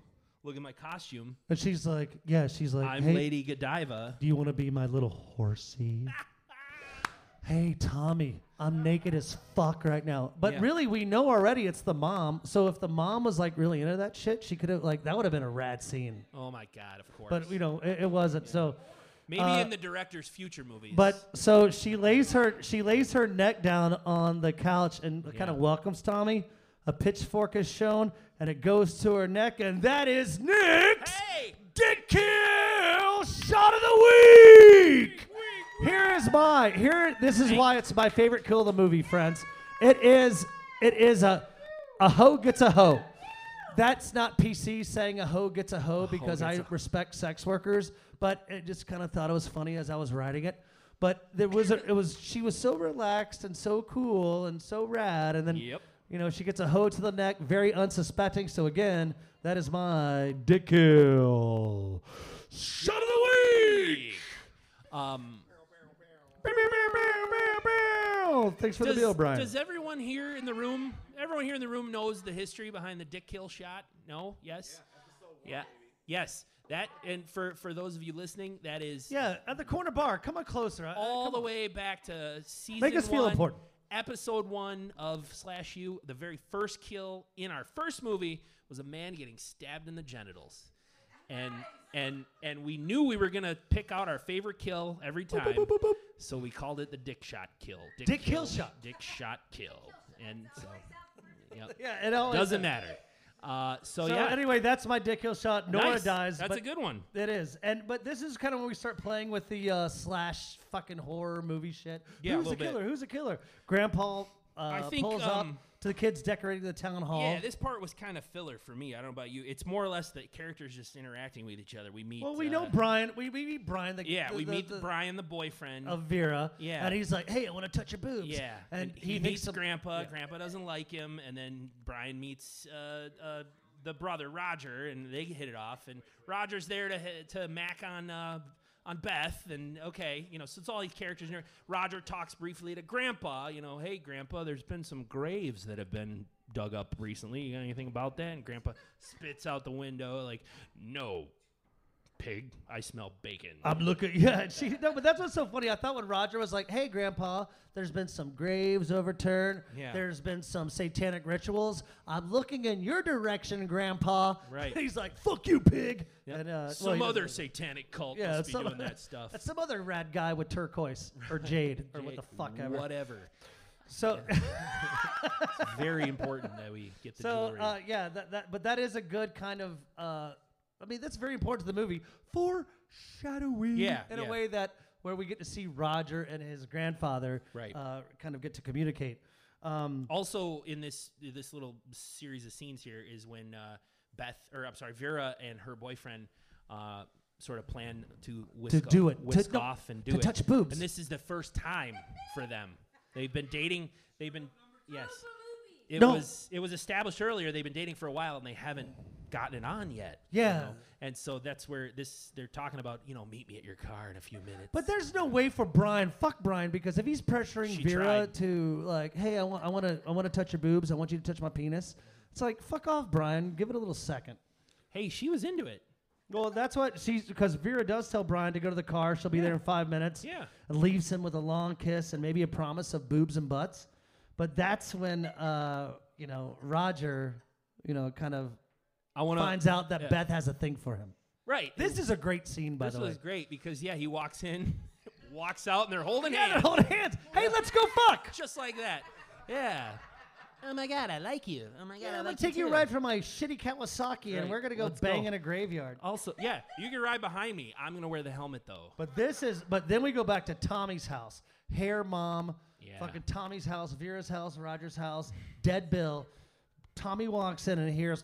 Look at my costume. And she's like, yeah, she's like, I'm hey, Lady Godiva. Do you want to be my little horsey? hey, Tommy, I'm naked as fuck right now. But Yeah. really, we know already it's the mom. So if the mom was like really into that shit, she could have, like, that would have been a rad scene. Oh my God, of course. But, you know, it, it wasn't. So. Maybe uh, in the director's future movies. But so she lays her she lays her neck down on the couch and kind of welcomes Tommy. A pitchfork is shown and it goes to her neck, and that is Nick's Hey! Dead Kill Shot of the Week. Here is my here. This is why it's my favorite kill of the movie, friends. It is it is a a hoe gets a hoe. That's not PC saying a hoe gets a hoe because gets I a- respect sex workers, but it just kind of thought it was funny as I was writing it. But there was a, it was she was so relaxed and so cool and so rad, and then Yep. you know she gets a hoe to the neck, very unsuspecting. So again, that is my dick kill. Shot of the Week! Um, Bow, bow, bow, bow, bow. Thanks for the bill, Brian. does everyone here in the room? Everyone here in the room knows the history behind the dick kill shot. No? Yes. Yeah. Yes, that and for for those of you listening, that is Yeah, at the corner bar. Come on closer. I- all Uh, come the on. way back to season Make us feel one, important. episode one of Slash U. The very first kill in our first movie was a man getting stabbed in the genitals, and and and we knew we were gonna pick out our favorite kill every time, boop, boop, boop. so we called it the Dick Shot Kill. Dick Kill Shot. Dick Shot Kill, and so yep. Yeah, it always doesn't matter. Uh, so, So yeah, anyway, that's my dick hill shot. Nora nice. dies. That's but a good one. It is, and but this is kind of when we start playing with the uh, slash fucking horror movie shit. Yeah, a who's the little bit. killer? Who's the killer? Grandpa uh, think, pulls um, up to the kids decorating the town hall. Yeah, this part was kind of filler for me. I don't know about you. It's more or less that characters just interacting with each other. We meet. well, we uh, know Brian. We, we meet Brian. The, Yeah, the- we the- meet the- Brian, the boyfriend. of Vera. Yeah. and he's like, "Hey, I want to touch your boobs." yeah, and, he, thinks meets some- Grandpa. yeah. Grandpa doesn't like him, and then Brian meets uh, uh, the brother Roger, and they hit it off. And Roger's there to hit- to mac on. Uh, on Beth, and okay, you know, so it's all these characters. in here. Roger talks briefly to Grandpa, you know, hey, Grandpa, there's been some graves that have been dug up recently. You got anything about that? And Grandpa spits out the window, like, no, pig, I smell bacon. I'm looking. Yeah, and she no, but that's what's so funny. I thought when Roger was like, "Hey, Grandpa, there's been some graves overturned. Yeah. There's been some satanic rituals. I'm looking in your direction, Grandpa." Right. He's like, "Fuck you, pig." And uh, well, some he other doesn't- satanic cult Yeah, must be some- doing that stuff. that's some other rad guy with turquoise or jade or what Jake, the fuck ever. Whatever. So, It's very important that we get the so jewelry. uh, yeah, that, that but that is a good kind of. Uh, I mean, that's very important to the movie. Foreshadowing. Yeah, In yeah. a way that where we get to see Roger and his grandfather. Right. Uh, kind of get to communicate. Um, also, in this this little series of scenes here is when uh, Beth, or I'm sorry, Vera and her boyfriend. Uh, Sort of plan to whisk off- do it. To- whisk no, off and do to it. touch boobs. And this is the first time for them. They've been dating. They've been yes. It No. was it was established earlier. They've been dating for a while and they haven't gotten it on yet. you Yeah. know? And so that's where this they're talking about. You know, meet me at your car in a few minutes. but there's no way for Brian. Fuck Brian because if he's pressuring She Vera tried. to like, hey, I want, I want to, I want to touch your boobs. I want you to touch my penis. It's like, fuck off, Brian. Give it a little second. hey, she was into it. Well, that's what she's because Vera does tell Brian to go to the car. She'll be there in five minutes. Yeah. And leaves him with a long kiss and maybe a promise of boobs and butts. But that's when, uh, you know, Roger, you know, kind of I want finds out that yeah. Beth has a thing for him. Right. This is a great scene, by this the was way. great because yeah, he walks in, walks out, and they're holding Yeah, they're hands holding hands. Hey, let's go fuck. just like that. Yeah. Oh my god, I like you. Oh my god, I'm gonna take you right from my shitty Kawasaki, and Right, we're gonna go let's bang go. in a graveyard. Also, yeah, you can ride behind me. I'm gonna wear the helmet though. But this is. But then we go back to Tommy's house. Hair mom. Yeah. Fucking Tommy's house. Vera's house. Roger's house. Dead Bill. Tommy walks in and hears.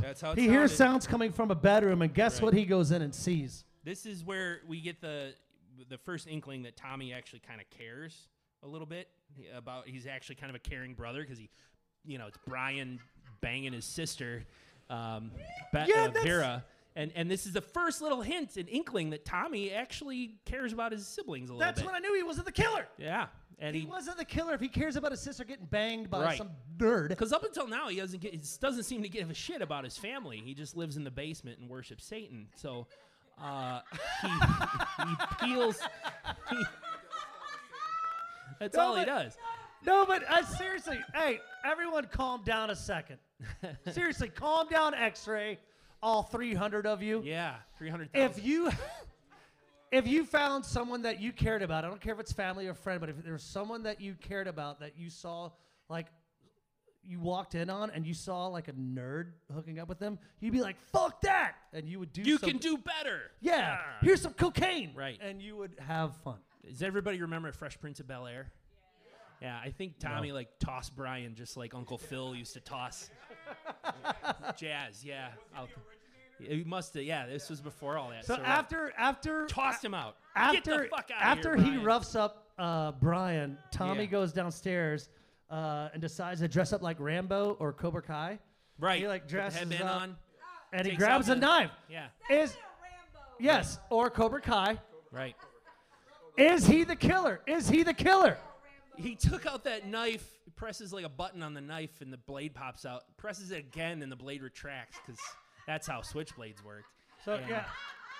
That's how it He hears sounded. sounds coming from a bedroom, and guess Right. what? He goes in and sees. This is where we get the the first inkling that Tommy actually kind of cares a little bit about. He's actually kind of a caring brother because he, you know, it's Brian banging his sister, um, Be- Yeah, uh, that's- Vera, and and this is the first little hint and inkling that Tommy actually cares about his siblings a little That's bit. when I knew he wasn't the killer. yeah, and He he wasn't the killer if he cares about his sister getting banged by Right. some nerd. because up until now he doesn't get, he just doesn't seem to give a shit about his family. He just lives in the basement and worships Satan. So. Uh, he, he peels. he- that's No, all he but- does. No, but uh, seriously, hey, everyone calm down a second. seriously, calm down, X Ray, all 300 of you. Yeah, three hundred If thousand. you. If you found someone that you cared about, I don't care if it's family or friend, but if there's someone that you cared about that you saw, like, you walked in on and you saw, like, a nerd hooking up with them, you'd be like, fuck that! And you would do You some- can do better. Yeah, Ah. here's some cocaine! Right. And you would have fun. Does everybody remember Fresh Prince of Bel Air? Yeah, I think Tommy like tossed Brian just like Uncle Phil used to toss Jazz. Yeah, I'll- he must have. Yeah, this was before all that. So, right. after, after. tossed him out. Get after the fuck out after of here, he Brian. roughs up uh, Brian, Tommy Yeah. goes downstairs uh, and decides to dress up like Rambo or Cobra Kai, right, he, like, put the dresses headband up. on. and he Takes out grabs a the- knife. Yeah, Is yes or Cobra Kai? right. Is he the killer? Is he the killer? He took out that knife, presses like a button on the knife, and the blade pops out. Presses it again, and the blade retracts because that's how switchblades work. So And- yeah.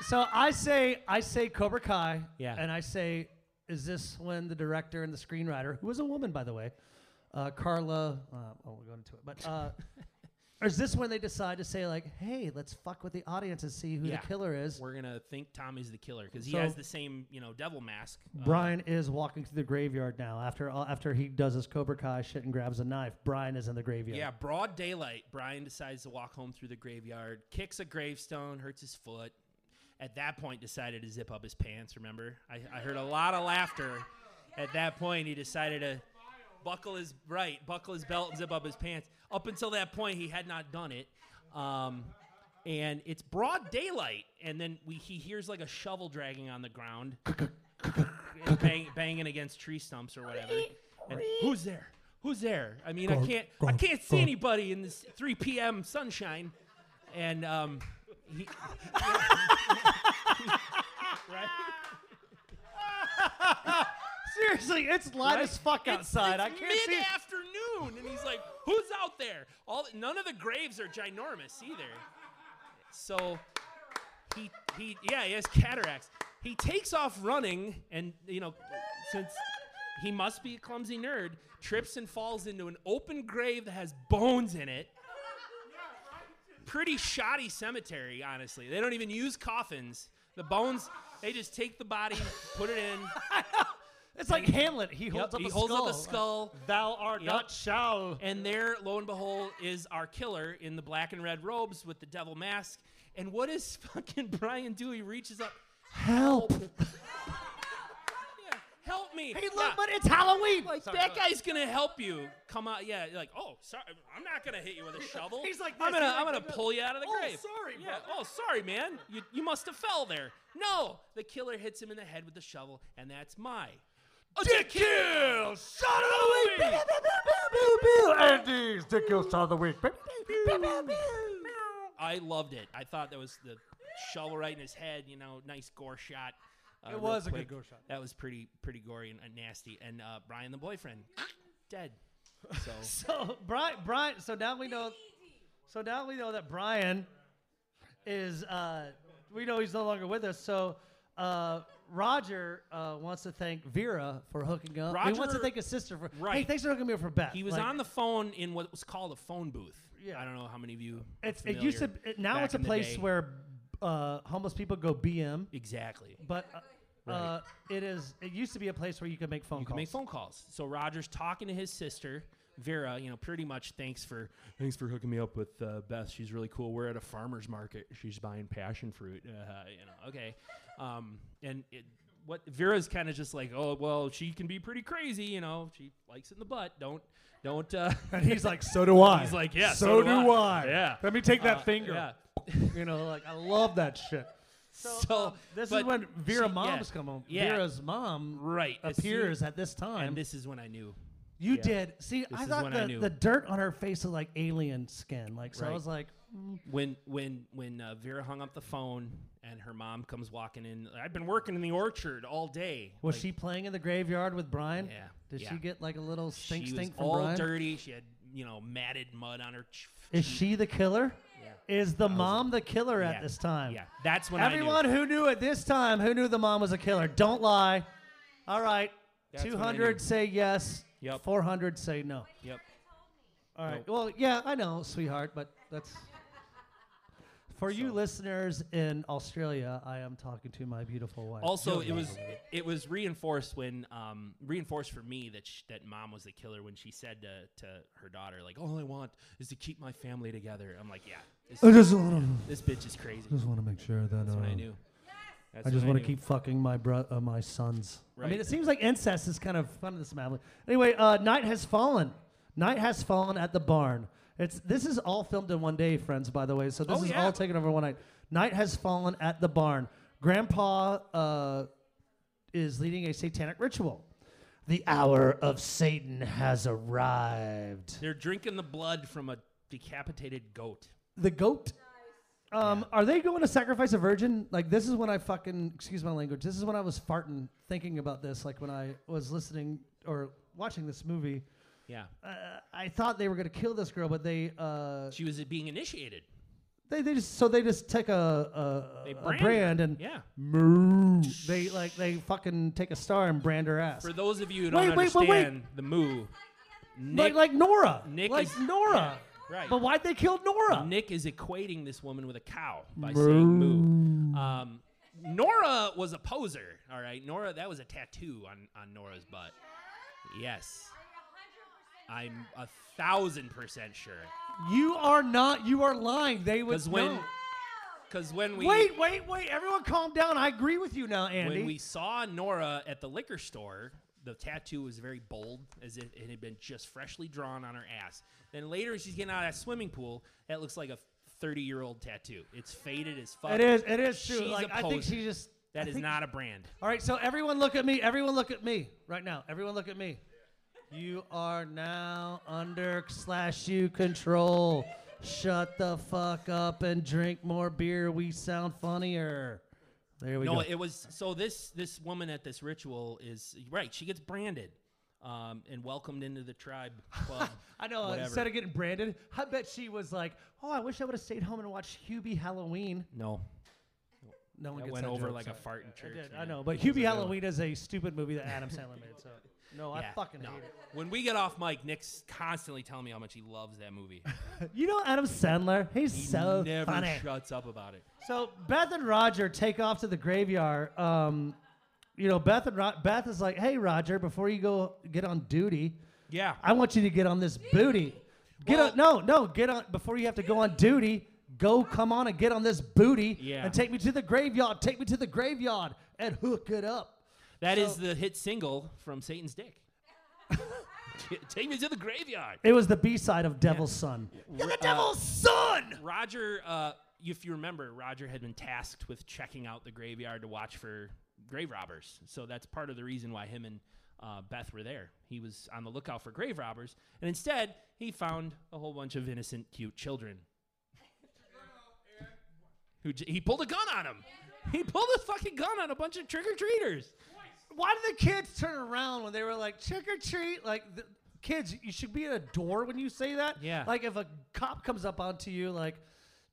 So I say I say Cobra Kai. Yeah. And I say, is this when the director and the screenwriter, who was a woman by the way, uh, Carla, uh, I won't go into it, but uh, or is this when they decide to say like, hey, let's fuck with the audience and see who Yeah. the killer is? We're gonna think Tommy's the killer because he So- has the same, you know, devil mask. uh, Brian is walking through the graveyard now after all after he does his Cobra Kai shit and grabs a knife. Brian is in the graveyard. Yeah, broad daylight. Brian decides to walk home through the graveyard, kicks a gravestone, hurts his foot. At that point, decided to zip up his pants. Remember, I, I heard a lot of laughter. At that point, he decided to buckle his right, buckle his belt, and zip up his pants. Up until that point, he had not done it. Um, and it's broad daylight, and then we, he hears like a shovel dragging on the ground, and bang, banging against tree stumps or whatever. And who's there? Who's there? I mean, I can't, I can't see anybody in this 3 p.m. sunshine, and um, he, right? Seriously, it's light Right? as fuck It's- outside. it's I can't see. Mid-afternoon, and he's like, "Who's out there?" All none of the graves are ginormous either. So he he yeah he has cataracts. He takes off running, and you know since he must be a clumsy nerd, trips and falls into an open grave that has bones in it. Pretty shoddy cemetery, honestly. They don't even use coffins. The bones, they just take the body, put it in. It's like Hamlet. He holds Yep, up he a holds skull. up a skull. Thou art Yep. not shall. And there, lo and behold, is our killer in the black and red robes with the devil mask. And what does fucking Brian do? He reaches up, Help! yeah, help me. Hey, look, Yeah, but it's Halloween. like, Sorry, that go ahead. guy's gonna help you come out. Yeah, you're like, oh, sorry, I'm not gonna hit you with a shovel. He's like I'm this, gonna, he's I'm like gonna this. pull you out of the Oh, grave. sorry, yeah. brother. Oh, sorry, man. You, you must have fell there. No, the killer hits him in the head with the shovel, and that's my. Dick kill shot of the week. Pew, pew, pew, pew, pew, pew. Andy's dick kill shot of the week. Pew, pew, pew, pew, pew. I loved it. I thought that was the shovel right in his head. You know, nice gore shot. uh, It real was a good quick. gore shot. That was pretty pretty gory and uh, nasty. And uh, Brian the boyfriend, dead. So So Brian, Brian. So now we Oh, Uh, know. So now we know that Brian is. Uh, we know he's no longer with us. So. Uh, Roger uh, wants to thank Vera for hooking up. he wants Roger- to thank his sister for. Hey, Right. thanks for hooking me up for Beth. he was Like, on the phone in what was called a phone booth. Yeah. I don't know how many of you. are It's, it used to. familiar It, now back it's a in the place day. where uh, homeless people go BM, exactly you but uh, Right. uh, it is. It used to be a place where you could make phone can calls. make phone calls. So Roger's talking to his sister. Vera, you know, pretty much thanks for thanks for hooking me up with uh, Beth. She's really cool. We're at a farmer's market. She's buying passion fruit. Uh, you know, okay. Um, and it, what Vera's kind of just like, oh well, she can be pretty crazy. You know, she likes it in the butt. Don't don't. Uh, And he's like, so do I. He's like, yeah, so do I. Yeah. Let me take that uh, finger. yeah. You know, like I love that shit. So, So, um, this is but when Vera she- mom's yeah, come home. yeah. Vera's mom Right, as soon- appears at this time. And this is when I knew. you yeah. did see. I is thought when I the, knew. the dirt on her face was like alien skin. Like so, I Right. was like, when when when uh, Vera hung up the phone and her mom comes walking in. I've been working in the orchard all day. was Like, she playing in the graveyard with Brian? Yeah, Did yeah. she get like a little stink she stink was from all Brian? dirty. She had you know matted mud on her. Ch- Is cheek. she the killer? Yeah. Is the mom the killer Yeah. at this time? Yeah, that's when I Everyone knew. who knew at this time, who knew the mom was a killer, don't lie. All right, That's when I 200 knew. say yes, Yep. 400 say no. Yep. All right. Nope. Well, yeah, I know, sweetheart, but that's for you So- listeners in Australia. I am talking to my beautiful wife. Also, it Jillian. was it was reinforced when um, reinforced for me that sh- that mom was the killer when she said to, to her daughter like all I want is to keep my family together. I'm like yeah, I this, just want to this bitch is crazy. just want to make sure that That's uh, when I knew. That's I just when want to knew. keep fucking my bro- uh, my sons. I mean, Right. it seems like incest is kind of fun in this family. Anyway, uh, night has fallen. Night has fallen at the barn. It's this is all filmed in one day, friends. By the way, so this Oh, is yeah. all taken over one night. Night has fallen at the barn. Grandpa uh, is leading a satanic ritual. The hour of Satan has arrived. They're drinking the blood from a decapitated goat. The goat. Um, Are they going to sacrifice a virgin? Like this is when I fucking excuse my language. This is when I was farting thinking about this. Like when I was listening or watching this movie, Yeah. uh, I thought they were gonna kill this girl, but they uh, She was being initiated. they, they just so they just take a a, They a brand brand, her. and Yeah. moo. They like they fucking take a star and brand her ass, For those of you who don't Wait, wait, wait, understand wait. the moo, like Nick, like Nora, Nick like is- Nora. right. But why'd they kill Nora? Nick is equating this woman with a cow by saying moo. Um, Nora was a poser. All right, Nora, that was a tattoo on on Nora's butt. Yes, I'm a thousand percent sure. You are not. You are lying. They would. Because when, no. because when we wait, wait, wait. Everyone, calm down. I agree with you now, Andy. when we saw Nora at the liquor store, the tattoo was very bold, as if it had been just freshly drawn on her ass. Then later, she's getting out of that swimming pool. That looks like a thirty-year-old tattoo. It's faded as fuck. it is. It is true. She's a Like I think poser. she just. That I is think- not a brand. All right. So everyone, look at me. Everyone, look at me right now. Everyone, look at me. You are now under slash you control. Shut the fuck up and drink more beer. We sound funnier. There we no, go. it was so this this woman at this ritual is right. She gets branded, um, and welcomed into the tribe club. I know. uh, whatever. Instead of getting branded, I bet she was like, "Oh, I wish I would have stayed home and watched Hubie Halloween." no, No one that gets went that over joke, like sorry. a fart in church. I did, yeah. I know, but That was a Hubie good one. Halloween is a stupid movie that Adam Sandler made. So no, I Yeah, fucking no. hate it. When we get off mic, Nick's constantly telling me how much he loves that movie. You know Adam Sandler? He's He so never funny. shuts up about it. so Beth and Roger take off to the graveyard. Um, you know, Beth and Ro- Beth is like, "Hey, Roger, before you go get on duty, Yeah. I want you to get on this booty. Get Well- on, no, no, get on before you have to go on duty. Go, come on and get on this booty, Yeah. and take me to the graveyard. Take me to the graveyard and hook it up." that is so- the hit single from Satan's Dick. Take me to the graveyard. It was the B side of Devil's Son. You're Uh, the Devil's Son. Roger, uh, if you remember, Roger had been tasked with checking out the graveyard to watch for grave robbers. So that's part of the reason why him and uh, Beth were there. He was on the lookout for grave robbers, and instead he found a whole bunch of innocent, cute children. Who j- he pulled a gun on him. He pulled a fucking gun on a bunch of trick or treaters. Why did the kids turn around when they were like trick or treat? Like the, kids, you should be at a door when you say that. Yeah. Like if a cop comes up onto you, like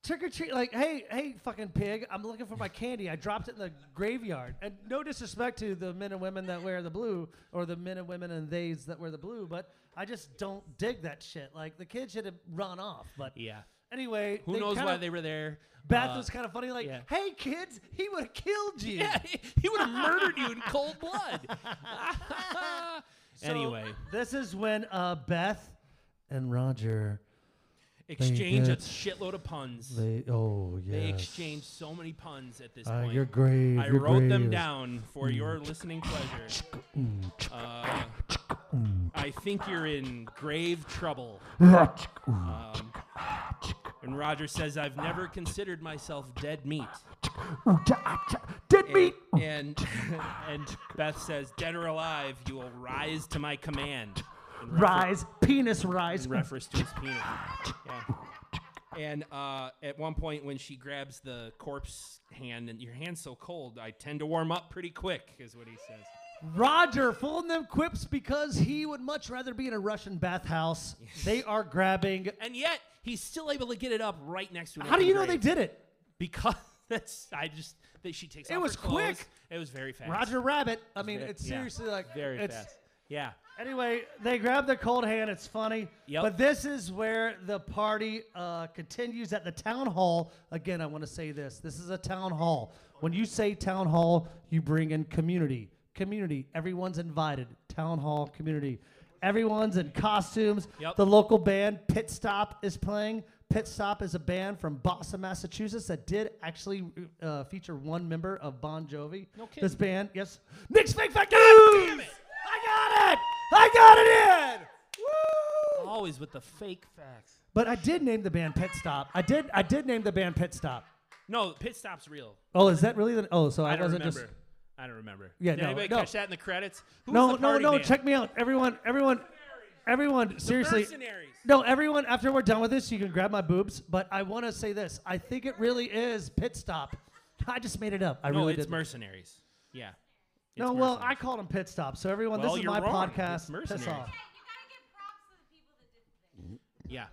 trick or treat, like hey, hey, fucking pig, I'm looking for my candy. I dropped it in the graveyard. And no disrespect to the men and women that wear the blue, or the men and women and theys that wear the blue, but I just don't dig that shit. Like the kids should have run off. But Yeah. anyway, Who they knows kinda- why they were there? Beth Uh, was kind of funny, like, yeah. "Hey kids, he would have killed you." Yeah, he, he would have murdered you in cold blood. So, anyway, this is when uh, Beth and Roger exchange a did. shitload of puns. they oh yeah They exchange so many puns at this Uh, point. your grave. I your wrote them grave. Mm. down for your listening pleasure. Uh, I think you're in grave trouble. Um, and Roger says, I've never considered myself dead meat. Oh, ah, Dead And, meat. and, and Beth says, Dead or alive, you will rise to my command. In refer- Rise, penis rise. in reference to his penis. Yeah. And uh, at one point, when she grabs the corpse hand, and your hand's so cold, I tend to warm up pretty quick, is what he says. Roger fooling them quips because he would much rather be in a Russian bathhouse. They are grabbing. And yet, he's still able to get it up right next to. an How do open you know they grave. did it? Because that's I just that she takes. It off her was clothes. quick. It was very fast. Roger Rabbit. I mean, Ve- it's yeah. seriously like very it's, fast. Yeah. Anyway, they grab the cold hand. It's funny. Yep. But this is where the party uh, continues at the town hall. Again, I want to say this. This is a town hall. When you say town hall, you bring in community. Community. Everyone's invited. Town hall community. Everyone's in costumes. Yep. The local band Pit Stop is playing. Pit Stop is a band from Boston, Massachusetts that did actually uh, feature one member of Bon Jovi. No This kidding. band, yes. Nick's Fake Fact News! damn it! I got it! I got it in! Woo! Always with the fake facts. But I did name the band Pit Stop. I did. I did name the band Pit Stop. No, pit stop's real. Oh, is that really the? Oh, so I, I don't wasn't remember. just. I don't remember. Yeah, Did no, anybody no. catch that in the credits? Who was No, the no, party no! band? Check me out, everyone, everyone, everyone. Seriously, Mercenaries. no, everyone. After we're done with this, you can grab my boobs. But I want to say this. I think it really is Pit Stop. I just made it up. I No, really Oh, it's did. mercenaries. Yeah. No, It's well, mercenary. I called him pit stop. So everyone, Well, this is you're my wrong. It's podcast. Piss mercenary. off. Hey, you gotta give props to the people that did the thing. Yeah.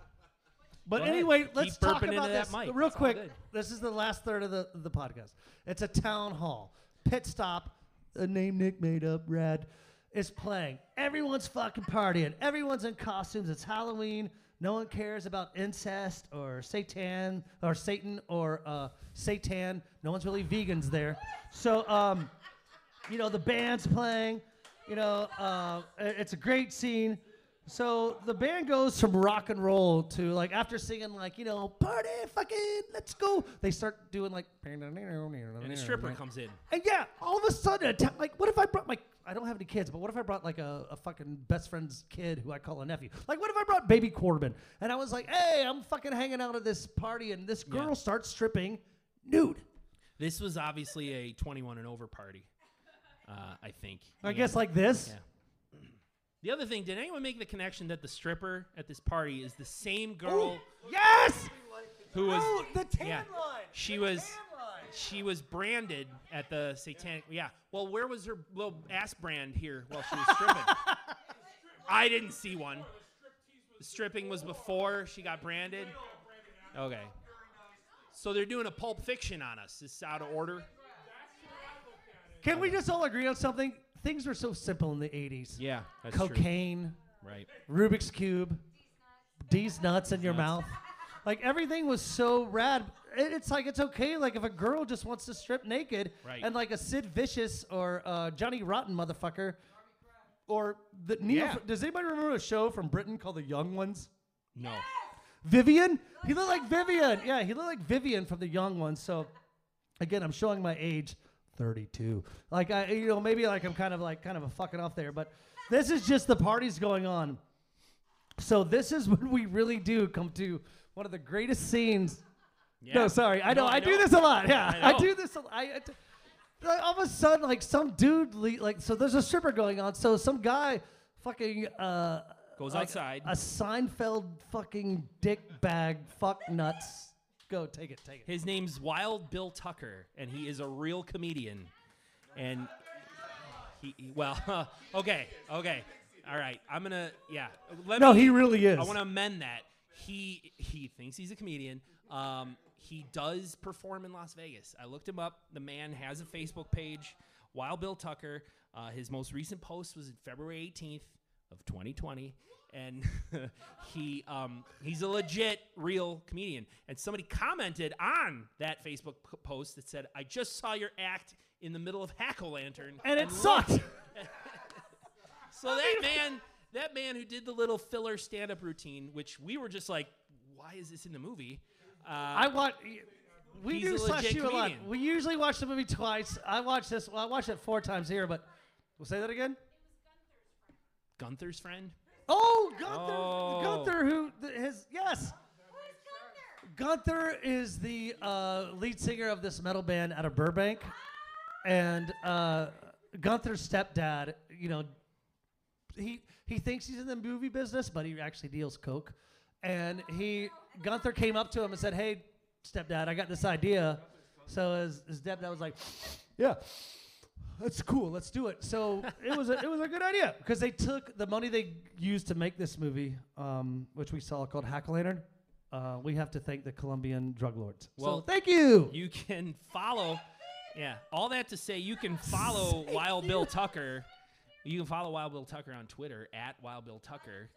But Go ahead. anyway, Keep let's talk burping into about that this mic. real It's all quick. good. This is the last third of the, the podcast. It's a town hall. Pit stop, a name Nick made up, rad, is playing. Everyone's fucking partying. Everyone's in costumes. It's Halloween. No one cares about incest or Satan or Satan or uh, Satan. No one's really vegans there. So, um, you know, the band's playing. You know, uh, it- it's a great scene. So the band goes from rock and roll to like after singing like you know party fucking let's go. They start doing like And and a stripper comes in. And yeah, all of a sudden, a ta- like what if I brought my I don't have any kids, but what if I brought like a, a fucking best friend's kid who I call a nephew? Like what if I brought baby Corbin and I was like, hey, I'm fucking hanging out at this party and this girl Yeah. starts stripping nude. This was obviously a 21 and over party, uh, I think. I guess like this. Yeah. The other thing, did anyone make the connection that the stripper at this party is the same girl Yes. who was Oh, the tan yeah. line. She The was- tan line. she was branded at the satanic yeah. Well, where was her little ass brand here while she was stripping? I didn't see one. The stripping was before she got branded. Okay. So they're doing a pulp fiction on us. This is out of order. Can we just all agree on something? Things were so simple in the 80s. Yeah, that's Cocaine, Right. Rubik's Cube, D's nuts in your Nuts. mouth. Like everything was so rad. It- It's like it's okay. Like if a girl just wants to strip naked, Right. and like a Sid Vicious or uh, Johnny Rotten motherfucker, or the Neil. Yeah. Does anybody remember a show from Britain called The Young Ones? No. Vivian? He looked like Vivian. Yeah, he looked like Vivian from The Young Ones. So, again, I'm showing my age, 32. Like I, you know, maybe like I'm kind of like kind of a fucking off there, but this is just the parties going on. So this is when we really do come to one of the greatest scenes. Yeah. No, sorry, I know No, I, do know. this a lot. Yeah, I I, know. do this. A, I, I do- like, all of a sudden, like some dude, le- like so, there's a stripper going on. So some guy, fucking. uh Goes like outside. A Seinfeld fucking dick bag fuck nuts. Go take it, take it. His name's Wild Bill Tucker, and he is a real comedian. And he, he- well, okay, okay, all right. I'm gonna, yeah. Let No, me- he really is. I want to amend that. He he thinks he's a comedian. Um, he does perform in Las Vegas. I looked him up. The man has a Facebook page. Wild Bill Tucker. Uh, his most recent post was February 18th of 2020, and he um, he's a legit real comedian. And somebody commented on that Facebook p- post that said, "I just saw your act in the middle of Hack O Lantern, and it loved sucked. so that man, that man who did the little filler stand-up routine, which we were just like, why is this in the movie? Uh, I want. We He's do a slash legit you a lot. comedian. We usually watch the movie twice. I watched this. Well, I watched it four times here, but we'll say that again. Gunther's friend. Oh, Gunther! Oh. Gunther, who th- his yes, Who's Gunther? Gunther is the uh, lead singer of this metal band out of Burbank, and uh, Gunther's stepdad, you know, he he thinks he's in the movie business, but he actually deals coke. And he Gunther came up to him and said, "Hey, stepdad, I got this idea." So his, his stepdad was like, "Yeah, that's cool. Let's do it." So it was a, it was a good idea because they took the money they used to make this movie, um, which we saw called Hack Lantern. Uh, we have to thank the Colombian drug lords. Well, so thank you. You can follow. Yeah, all that to say, you can follow Wild Bill Tucker. You can follow Wild Bill Tucker on Twitter at Wild Bill Tucker,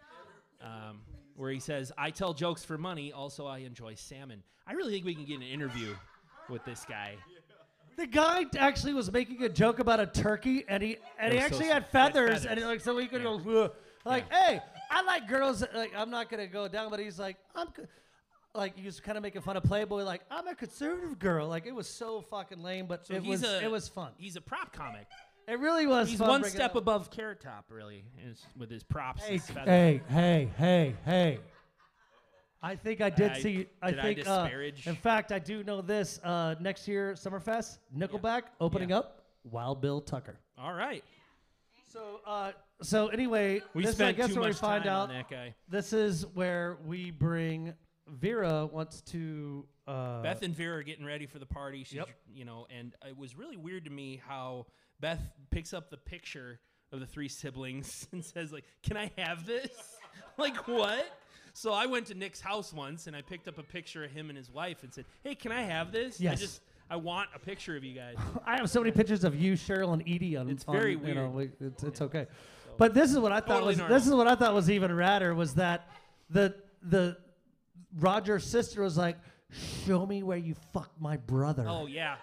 um, where he says, "I tell jokes for money. Also, I enjoy salmon." I really think we can get an interview with this guy. The guy t- actually was making a joke about a turkey, and he and he It was so actually s- had had feathers, feathers. and he, like so he could Yeah. go "Ugh." like, hey, I like girls. that- Like I'm not gonna go down, but he's like, I'm c- like he was kind of making fun of Playboy, like I'm a conservative girl. Like it was so fucking lame, but So it he's was a- it was fun. He's a prop comic. It really was. He's fun one bringing step it up. above Carrot Top, really, is- with his props. and Hey, his feathers. hey, hey, hey, hey. I think I did I- see. I did I think. uh, disparage? in fact, I do know this. Uh, next year, Summerfest, Nickelback opening Yeah. up. Wild Bill Tucker. All right. So, uh, so anyway, We this, I spent guess too where much we find time out. on that guy. This is where we bring Vera wants to. Uh, Beth and Vera are getting ready for the party. She's, Yep. you know, and it was really weird to me how Beth picks up the picture of the three siblings and says, like, can I have this? like, what? So I went to Nick's house once and I picked up a picture of him and his wife and said, hey, can I have this? I Yes. just, I want a picture of you guys. I have so many pictures of you, Cheryl, and Edie on. It's on, very you know, we- it's, it's okay. So- But this is what I thought Totally was. normal. This is what I thought was even radder was that the the Roger's sister was like, "Show me where you fucked my brother. oh, yeah.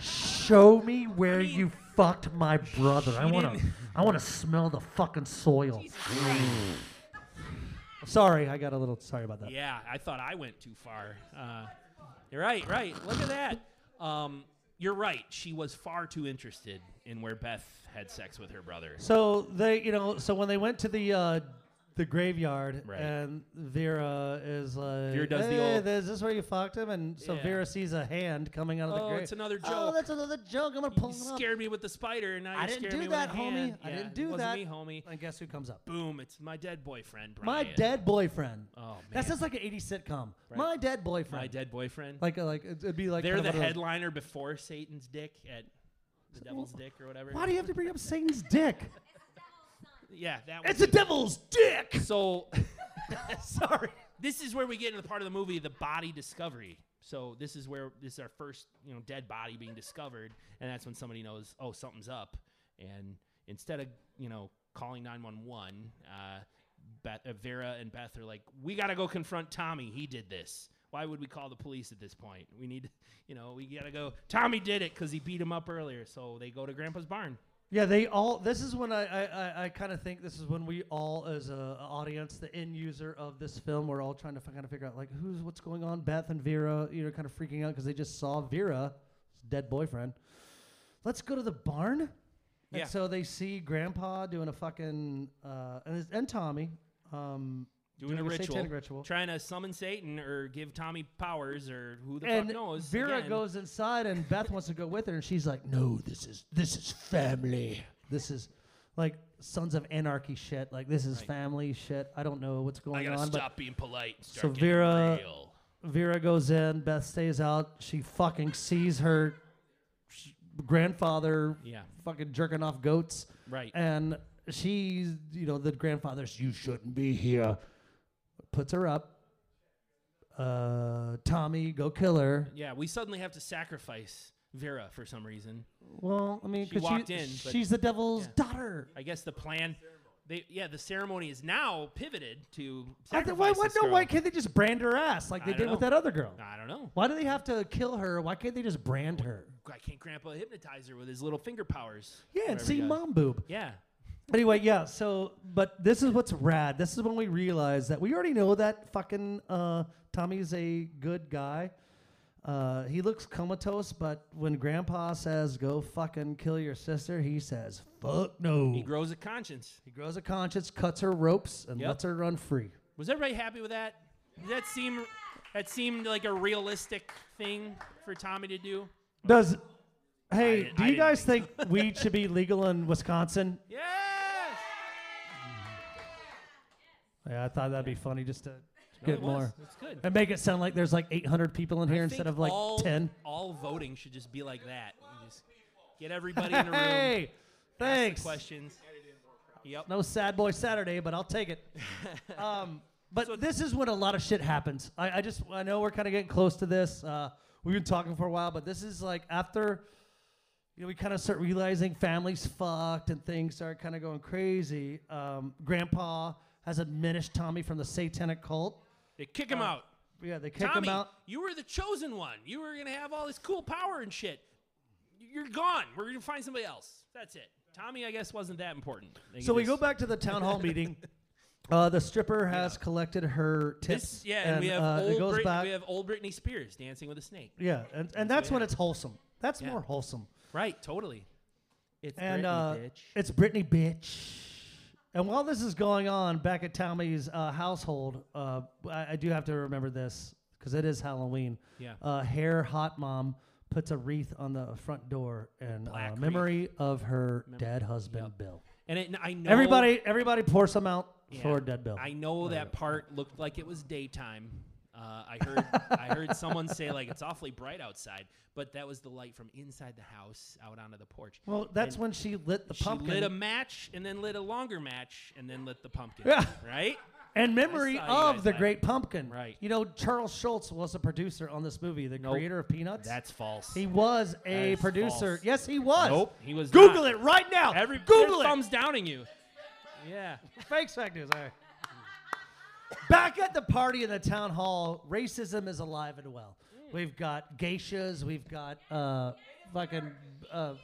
Show me where I mean- you fucked my brother. I She want to. didn't- I want to smell the fucking soil. Jesus Christ. Sorry, I got a little. Sorry about that. Yeah, I thought I went too far. Uh, you're right, right. Look at that. Um, you're right. She was far too interested in where Beth had sex with her brother. So they, you know, so when they went to the uh, the graveyard, Right. and Vera is like, Vera does the "Hey, old- is this where you fucked him?" And so Yeah. Vera sees a hand coming out of Oh, the grave. it's another Oh, joke. that's another joke. I'm gonna You pull him up. scared me with the spider, and now you I didn't scared do me that, with the homie. hand. I Yeah, didn't it do wasn't that. me, homie. And guess who comes up? Boom! It's my dead boyfriend, Brian. My dead boyfriend. Oh man, That sounds like an '80s sitcom. Right. My dead boyfriend. my dead boyfriend. Like, uh, like it'd it'd be like They're kind the of a- headliner before Satan's dick at the Devil's Dick or whatever. Why do you have to bring up Satan's dick? It's the yeah, devil's son. that. it's was a it. devil's dick. So Sorry. this is where we get into the part of the movie the body discovery so this is where this is our first you know dead body being discovered and that's when somebody knows oh something's up and instead of you know calling 911 uh, Beth, uh, vera and beth are like we gotta go confront tommy he did this why would we call the police at this point we need you know we gotta go tommy did it because he beat him up earlier so they go to grandpa's barn Yeah, they all. This is when I I, I, I kind of think this is when we all, as a a audience, the end user of this film, we're all trying to kind of figure out like who's what's going on. Beth and Vera, you know, kind of freaking out because they just saw Vera's dead boyfriend. Let's go to the barn. Yeah. And so they see Grandpa doing a fucking uh, and it's- and Tommy um, doing, a, ritual, satanic ritual. trying to summon satan or give tommy powers or who the and fuck knows Vera again. goes inside, and Beth wants to go with her, and she's like, "No, this is this is family. This is like Sons of Anarchy shit. Like this is Right. family shit. I don't know what's I going gotta on." stop being polite. And start So getting Vera- real. But Vera goes in, Beth stays out. She fucking sees her sh- grandfather Yeah. fucking jerking off goats, Right. and she's you know the grandfather's, "You shouldn't be here," puts her up. Uh, Tommy, go kill her. yeah. We suddenly have to sacrifice Vera for some reason. Well, I mean, She 'cause walked in, but- she's the devil's yeah. daughter. I guess the plan. They, yeah, the ceremony is now pivoted to I think- sacrifice why, why, this no, girl. why can't they just brand her ass like they I did don't with know. that other girl? I don't know. Why do they have to kill her? Why can't they just brand her? Why can't Grandpa hypnotize her with his little finger powers? Yeah, and Whatever see he does. mom boob. Yeah. Anyway, yeah. So, but this is what's rad. This is when we realize that we already know that fucking uh, Tommy's a good guy. Uh, he looks comatose, but when Grandpa says "go fucking kill your sister," he says "fuck no." He grows a conscience. He grows a conscience, cuts her ropes, and Yep. lets her run free. Was everybody happy with that? Did that seem that seemed like a realistic thing for Tommy to do? Does hey, didn't- do I you didn't guys think weed should be legal in Wisconsin? Yes. Yeah, I thought that'd be funny just to No, get it was. more It's good. and make it sound like there's like 800 people in here I instead think of like all, 10. All voting should just be like that. You just get everybody in a room. ask Hey, the thanks. questions. Yep. No sad boy Saturday, but I'll take it. um, but this is when a lot of shit happens. I, I just I know we're kind of getting close to this. Uh, we've been talking for a while, but this is like after you know we kind of start realizing families fucked and things start kind of going crazy. Um, Grandpa has admonished Tommy from the satanic cult. They kick him out. Yeah, they kick Tommy, him out. you were the chosen one. You were gonna have all this cool power and shit. You're gone. We're gonna find somebody else. That's it. Tommy, I guess, wasn't that important. They So we go just- back to the town hall meeting. Uh, the stripper has collected her tips. This, yeah, and, we have uh, it old goes Brit- back- we have old Britney Spears dancing with a snake. yeah, and, and that's when yeah. it's wholesome. That's Yeah. more wholesome. Right, totally. It's And Britney, uh, bitch. it's Brittany, bitch. And while this is going on back at Tommy's uh, household, uh, I, I do have to remember this because it is Halloween. Yeah. Uh, hair hot mom puts a wreath on the front door in Black uh, wreath. memory of her Mem- dead husband Yep. Bill. and it, I know Everybody, everybody, pour some out Yeah. for dead Bill. I know Whatever. that part looked like it was daytime. Uh, I heard I heard someone say like it's awfully bright outside, but that was the light from inside the house out onto the porch. Well, that's And when she lit the she pumpkin. lit a match and then lit a longer match and then lit the pumpkin. Yeah. Right? and memory I saw you of guys the laugh. Great Pumpkin. Right. You know, Charles Schultz was a producer on this movie, the Nope. creator of Peanuts. That's false. he was a is producer. false. Yes, he was. Nope, he was Google not. it right now. Every Google it. thumbs downing you. Yeah. Fakes, fake news. All right. Back at the party in the town hall, racism is alive and well. We've got geishas. We've got uh, fucking uh,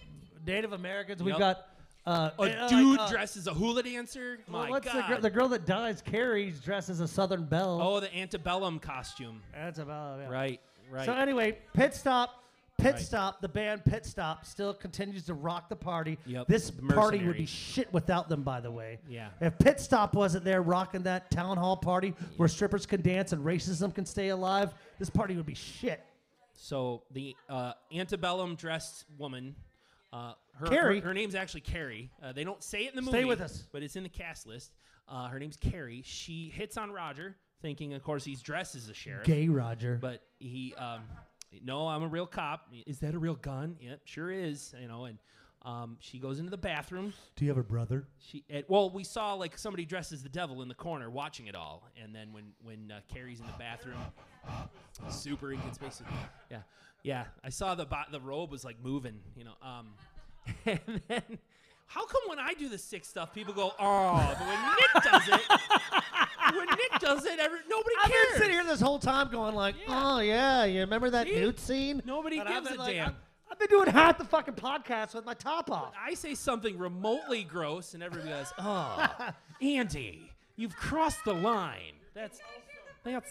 Native Americans. We've Yep. got uh, A uh, dude like, uh, dressed as a hula dancer. well, My what's God. the, girl, the girl that dies? Carrie's dressed as a Southern belle. oh, the antebellum costume. that's about yeah. Right. Right. So anyway, pit stop, pit Right. stop. The band pit stop still continues to rock the party. Yep, This the party would be mercenaries. shit without them, by the way. Yeah. If pit stop wasn't there rocking that town hall party where strippers can dance and racism can stay alive, this party would be shit. So the uh, antebellum dressed woman, uh, her, Carrie. her her name's actually Carrie. Uh, they don't say it in the Stay movie. with us. but it's in the cast list. Uh, her name's Carrie. She hits on Roger, thinking, of course, he's dressed as a sheriff. Gay Roger. But he, um, no, I'm a real cop. Is that a real gun? Yep, sure is. You know, and um, she goes into the bathroom. Do you have a brother? She and- well, we saw like somebody dressed as the devil in the corner watching it all, and then when when uh, Carrie's in the bathroom, super inconspicuous. Yeah, yeah. I saw the bo- the robe was like moving, you know. Um, and then how come when I do the sick stuff, people go oh, but when Nick does it, when Nick does it, every, nobody I've cares. been sitting here this whole time going like, Yeah. oh yeah, you remember that See? nude scene? Nobody But gives I've been a like, damn. I've, I've been doing half the fucking podcast with my top off. I say something remotely gross, and everybody goes oh, Andy, you've crossed the line. That's that's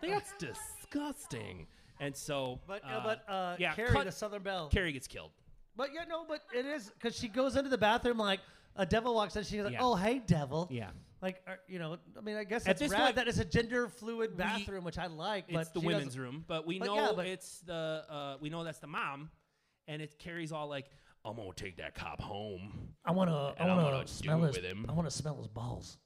That's disgusting. And so, But uh, but uh, yeah, Carrie, cut- the Southern Belle. Carrie gets killed. But yeah, no, but it is because she goes into the bathroom like a devil walks in. She's like, Yeah. "Oh, hey, devil." Yeah. Like uh, you know, I mean, I guess At it's this rad point, that it's a gender fluid bathroom, which I like. But It's the she women's doesn't- room, but we But know yeah, but- it's the uh, we know that's the mom, and it Carrie's all like, "I'm gonna take that cop home. I want to. And I I'm want gonna to smell do it his. with him. I want to smell his balls.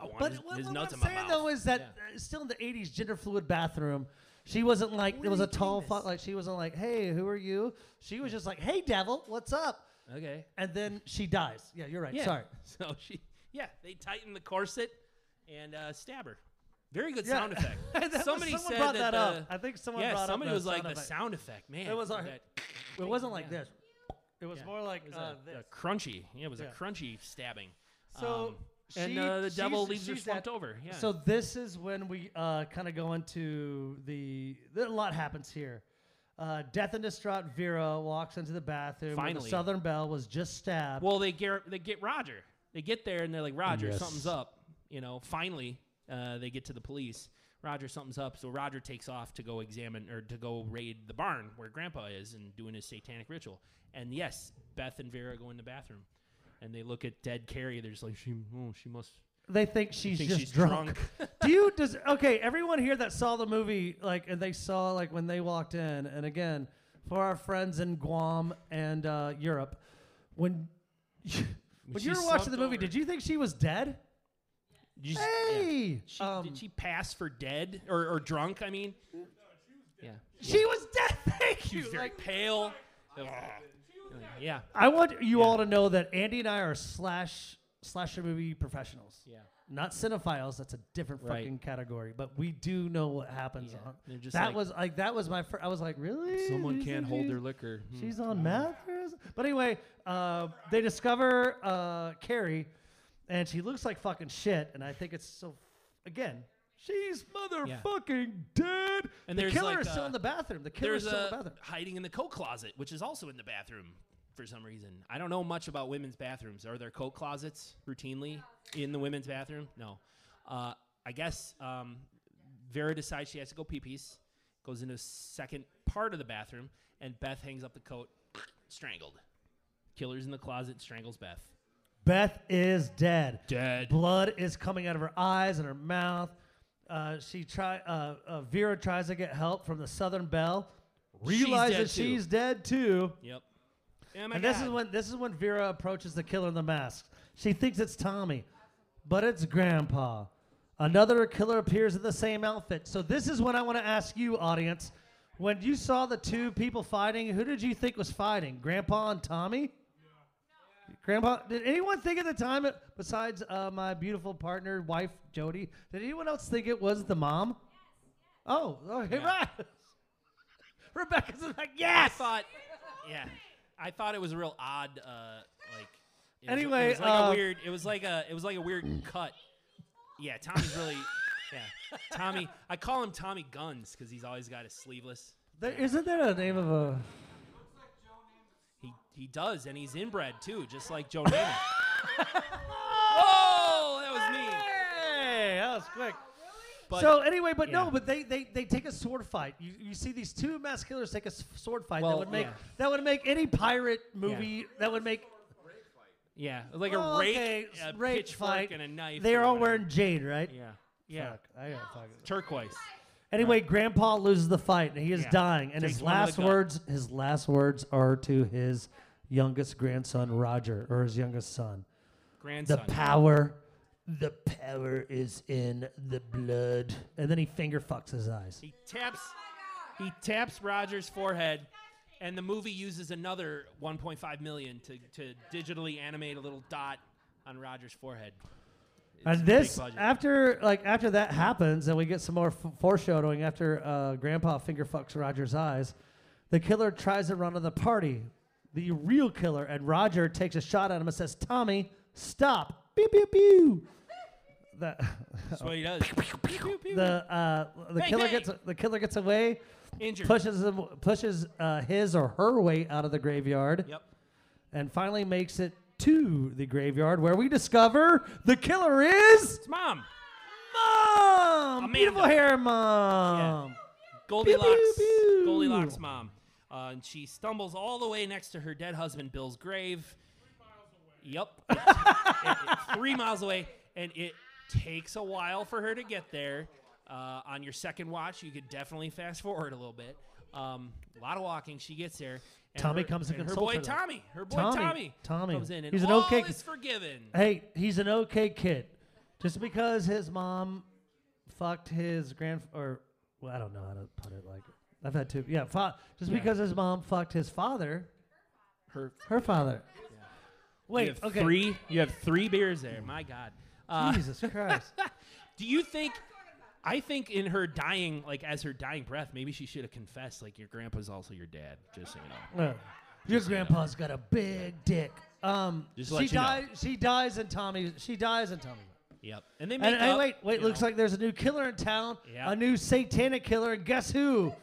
I want But his, what, his what nuts I'm in my saying mouth." though is that uh, still in the '80s, gender fluid bathroom. She wasn't like Where it was are a you doing tall this? fuck. Like she wasn't like, "Hey, who are you?" She was just like, "Hey, devil, what's up?" okay, And then she dies. Yeah, you're right. yeah. Sorry. So she, yeah, they tighten the corset and uh, stab her. Very good Yeah. sound That effect. was- somebody someone said brought that, that up. the- I think someone yeah, brought up somebody the was like sound the effect. sound effect, man. It was our- that- It wasn't like Yeah. this. It was Yeah. more like It was uh, a, this. a crunchy. Yeah, it was Yeah. a crunchy stabbing. So Um, and she- uh, the devil she's- leaves her she's slumped at- over. Yeah. So this is when we uh, kind of go into the. There, a lot happens here. Uh, death and distraught Vera walks into the bathroom. where the Finally. Southern Belle was just stabbed. well, they get they get Roger. They get there and they're like, Roger, Yes. something's up. You know, finally, uh, they get to the police. Roger, something's up. So Roger takes off to go examine or to go raid the barn where Grandpa is and doing his satanic ritual. And yes, Beth and Vera go in the bathroom, and they look at dead Carrie. They're just like, she, oh, she must. they think she's think just she's drunk. drunk. Do you does okay? Everyone here that saw the movie, like, and they saw like when they walked in, and again for our friends in Guam and uh, Europe, when. When you she's were watching slumped the movie, over. did you think she was dead? You just- yeah. Hey, She, Um, did she pass for dead or, or drunk? I mean, yeah, She was dead. Thank she you. was very Like, pale. "Ah." Ugh. Yeah, I want you all to know that Andy and I are slash slasher movie professionals, yeah. not cinephiles. That's a different Right. fucking category. But we do know what happens. Yeah, On, they're just that like- was like that was my. Fir- I was like, really? You think she's- liquor. She's on meth. or is- But anyway, uh, they discover uh, Carrie, and she looks like fucking shit. And I think it's so. Again. She's motherfucking dead. And the there's killer like, is still uh, in the bathroom. The killer is There's still in the a bathroom. hiding in the coat closet, which is also in the bathroom for some reason. I don't know much about women's bathrooms. Are there coat closets routinely in the women's bathroom? No. Uh, I guess um, Vera decides she has to go pee pees, goes into the second part of the bathroom, and Beth hangs up the coat, strangled. Killer's in the closet, strangles Beth. Beth is dead. Dead. Blood is coming out of her eyes and her mouth. Uh, she try uh, uh, Vera tries to get help from the Southern Belle, She's realizes dead, too. she's dead too. Yep. Oh my And this is God. when this is when Vera approaches the killer in the mask. She thinks it's Tommy, but it's Grandpa. Another killer appears in the same outfit. So this is what I want to ask you, audience. When you saw the two people fighting, who did you think was fighting? Grandpa and Tommy? Grandpa, did anyone think at the time, it- besides uh, my beautiful partner, wife Jody, did anyone else think it was the mom? Oh, okay, Yeah. right. Rebecca's like, I yes. thought, yeah, I thought it was a real odd, uh, like. It was- Anyway, it was like uh, a weird. It was like a. It was like a weird cut. Yeah, Tommy's really. Yeah, Tommy. I call him Tommy Guns because he's always got his sleeveless. There, isn't there a name of a? He he does, and he's inbred too, just like Joe Namath. Whoa, that was me. Hey, that was quick. But so anyway, but no, yeah. but they, they they take a sword fight. You, you see these two mass killers take a s- sword fight. that Well, would make yeah. that would make any pirate movie. That would make yeah, like Well, a rake, Oh, okay, a rake pitchfork, fight. and a knife. They or are all whatever. wearing jade, right? Yeah, Yeah. I gotta fuck it. turquoise. Anyway, Grandpa loses the fight and he is Yeah. dying. And his Takes one with a last gun. words, his last words are to his youngest grandson Roger, or his youngest son. Grandson. The power, the power is in the blood. And then he finger fucks his eyes. He taps. He taps Roger's forehead, and the movie uses another 1.5 million to to digitally animate a little dot on Roger's forehead. It's And big this budget. after like after that happens, and we get some more f- foreshadowing after uh, Grandpa finger fucks Roger's eyes. The killer tries to run to the party, the real killer, and Roger takes a shot at him and says, "Tommy, stop!" Pew pew pew. That That's what he does. Pew, pew. the uh, the Bang, killer bang. gets the killer gets away, Injured. pushes him, pushes uh, his or her way out of the graveyard, Yep. and finally makes it to the graveyard where we discover the killer is. It's mom. Mom! Amanda. Beautiful hair, mom. Goldilocks. pew. Goldilocks mom. Uh, and she stumbles all the way next to her dead husband Bill's grave. Yep. It- it- three miles away, and it takes a while for her to get there. Uh, on your second watch, you could definitely fast forward a little bit. Um, a lot of walking. She gets there. And Tommy her, comes to and her console boy her, though. Tommy. Her boy Tommy, Tommy. Tommy. comes in, and He's an all okay- is forgiven. Hey, he's an okay kid. Just because his mom fucked his grand or well, I don't know how to put it. Like I've had two. Yeah, fa- just Yeah. because his mom fucked his father, Her her father. Wait. you have okay. three. You have three beers there. My God. Uh, Jesus Christ. Do you think? I think in her dying, like as her dying breath, maybe she should have confessed, like your grandpa's also your dad, just so you know. Uh, Your grandpa's got a big dick. Um, Just she to let you know. dies. She dies in Tommy. She dies in Tommy. Yep. And they make And, and up, wait, wait. you Looks know. like there's a new killer in town. Yeah. A new satanic killer. And guess who?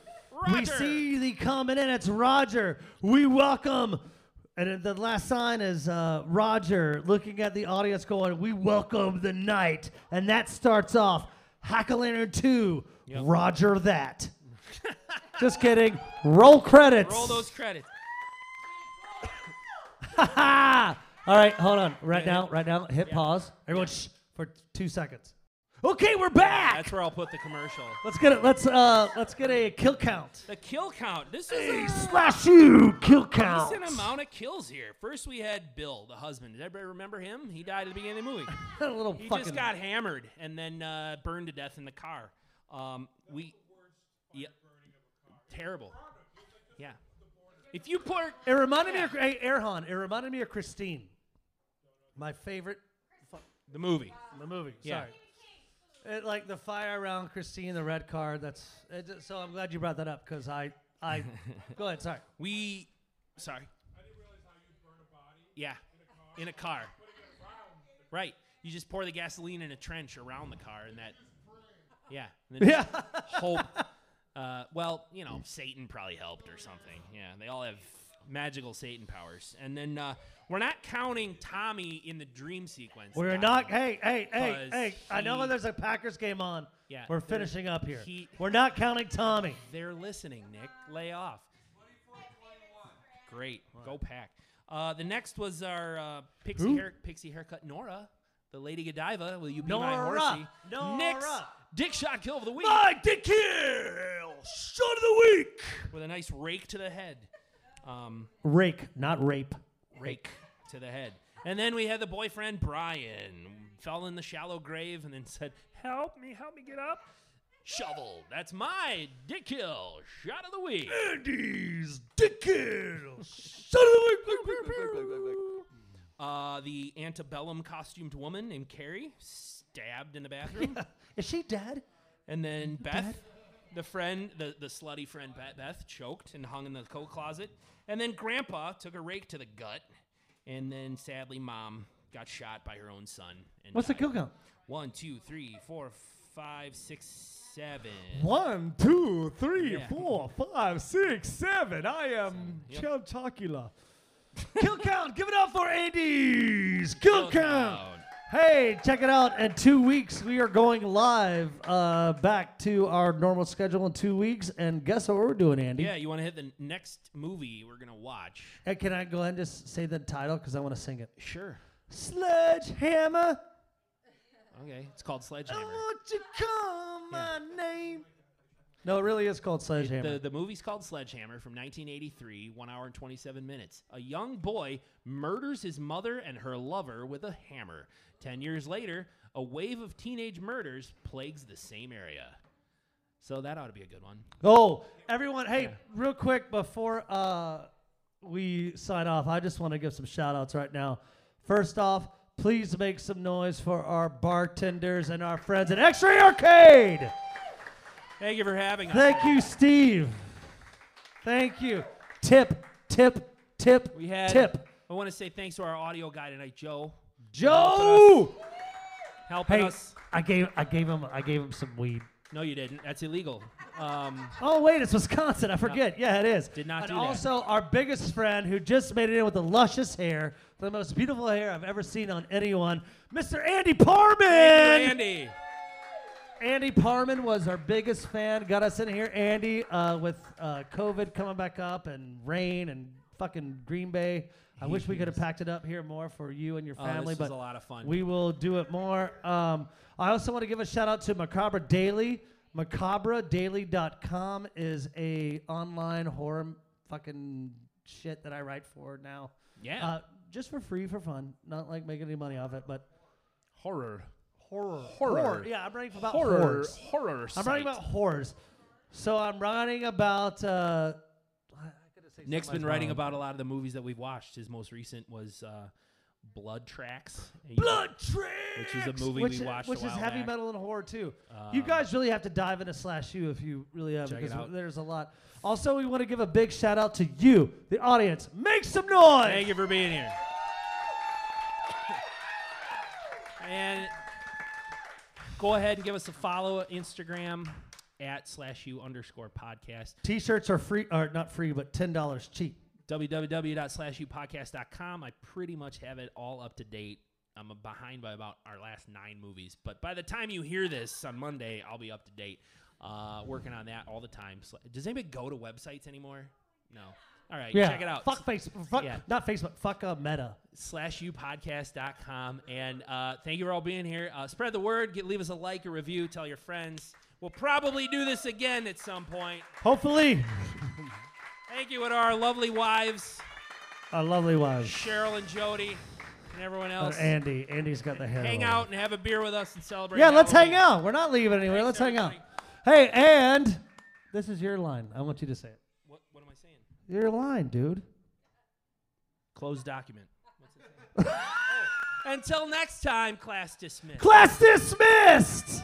We Roger. see thee coming in. It's Roger. We welcome. And then the last sign is uh, Roger looking at the audience, going, "We welcome the night." And that starts off Hack a Lantern Two. Yep. Roger that. Just kidding. Roll credits. roll those credits. Ha! All right, hold on. Right Yeah, now, hit- right now, hit pause. Everyone, shh for two seconds. Okay, we're back. That's where I'll put the commercial. Let's get it. Let's uh, let's get a kill count. The kill count. This is a slash you kill count. decent amount of kills here. First, we had Bill, the husband. Did everybody remember him? He died at the beginning of the movie. a little He fucking. just got hammered and then uh, burned to death in the car. Um, we, yeah, terrible. Yeah. If you put it reminded me of hey, Erhan. It reminded me of Christine, my favorite the movie, in the movie. Yeah. Sorry. It, like the fire around Christine, the red card. That's it, just- so. I'm glad you brought that up because I, I, go ahead. Sorry. we, sorry. Yeah, in a car. Right. You just pour the gasoline in a trench around the car, and that. Yeah. And then Yeah. hope. Uh, well, you know, Satan probably helped or something. Yeah, they all have magical Satan powers. And then uh, we're not counting Tommy in the dream sequence. We're not. Doc. Hey, hey, hey, Because hey! I know he- there's a Packers game on. Yeah, We're there- finishing up here. he- We're not counting Tommy. They're listening, Nick. Lay off. Great. Go pack. Uh, the next was our uh, pixie, Who? hair, pixie haircut Nora, the Lady Godiva. Will you be my Nora! horsey? Nora! Nick's dick shot kill of the week dick kill shot of the week. with a nice rake to the head. Um, Rake, not rape. rake to the head. And then we had the boyfriend Brian fell in the shallow grave and then said, "Help me, help me get up." Shovel. That's my dick kill shot of the week. Andy's dick kill. Son Uh, the antebellum costumed woman named Carrie stabbed in the bathroom, Is she dead? and then Beth, the friend, the the slutty friend Be- Beth, choked and hung in the coat closet, and then Grandpa took a rake to the gut, and then sadly Mom got shot by her own son. And What's the died. kill count? One, two, three, four, five, six, seven. One, two, three, Yeah. four, five, six, seven. I am Yep. Chel Chocula. Kill count. Give it up for Andy's kill, Kill count. count. Hey, check it out. In two weeks, we are going live uh, back to our normal schedule in two weeks. And guess what we're doing, Andy? Yeah, you want to hit the next movie we're gonna watch? Hey, can I go ahead and just say the title because I want to sing it? Sure. Sledgehammer, Okay, it's called Sledgehammer. I want you to call my name. No, it really is called Sledgehammer. The, the movie's called Sledgehammer from 1983, one hour and 27 minutes. A young boy murders his mother and her lover with a hammer. Ten years later, a wave of teenage murders plagues the same area. So that ought to be a good one. Oh, everyone, hey, real quick before uh, we sign off, I just want to give some shout outs right now. First off, please make some noise for our bartenders and our friends at X Ray Arcade. Thank you for having us. Thank you, Steve. Thank you. Tip, tip, tip, We had tip. I want to say thanks to our audio guy tonight, Joe, Joe! helping Hey, us. I gave, I, gave him, I gave him some weed. No, you didn't. That's illegal. Um, Oh wait, it's Wisconsin. I forget. Yeah, it is. Did not And do that. also, our biggest friend who just made it in with the luscious hair, the most beautiful hair I've ever seen on anyone, Mr. Andy Parman. Andy. Andy Parman was our biggest fan. Got us in here, Andy, uh, with uh, COVID coming back up and rain and fucking Green Bay. I wish we could have packed it up here more for you and your Oh, family, this but was a lot of fun. we will do it more. Um, I also want to give a shout out to Macabre Daily. MacabreDaily.com is a online horror fucking shit that I write for now. yeah. Uh, just for free for fun, not like making any money off it, but horror. horror, Horror. Yeah, I'm writing about Horror. horrors. Horror. I'm writing site. about horrors. So I'm writing about. Uh, I- I couldn't say Nick's something been I was writing wrong. about a lot of the movies that we've watched. His most recent was uh, Blood Tracks. And you- Blood Tricks, Which is a movie which, we watched a which is while heavy back. Um, metal and horror too. you guys really have to dive into slash you if you really have Check it because out. there's a lot. Also, we want to give a big shout out to you, the audience. Make some noise. Thank you for being here. and go ahead and give us a follow at Instagram at slash u underscore podcast. T-shirts are free, or not free, but ten dollars cheap. www.slashupodcast.com. I pretty much have it all up to date. I'm behind by about our last nine movies, but by the time you hear this on Monday, I'll be up to date. Uh, working on that all the time. Sla- Does anybody go to websites anymore? No. All right, Yeah, check it out. Fuck Facebook. Fuck Yeah. not Facebook. Fuck uh, Meta. slashupodcast.com. And uh, thank you for all being here. Uh, spread the word. Get, leave us a like, a review. Tell your friends. We'll probably do this again at some point. Hopefully, Thank you to our lovely wives, our lovely wives. Cheryl and Jody, and everyone Or else. Andy. Andy's got the hair. hang out and have a beer with us and celebrate. Yeah, let's hang Halloween. out. We're not leaving anywhere. Thanks, Let's hang out. everybody. Hey, and this is your line. I want you to say it. What, what am I saying? Your line, dude. Closed document. What's it saying? Oh. Until next time, class dismissed. Class dismissed.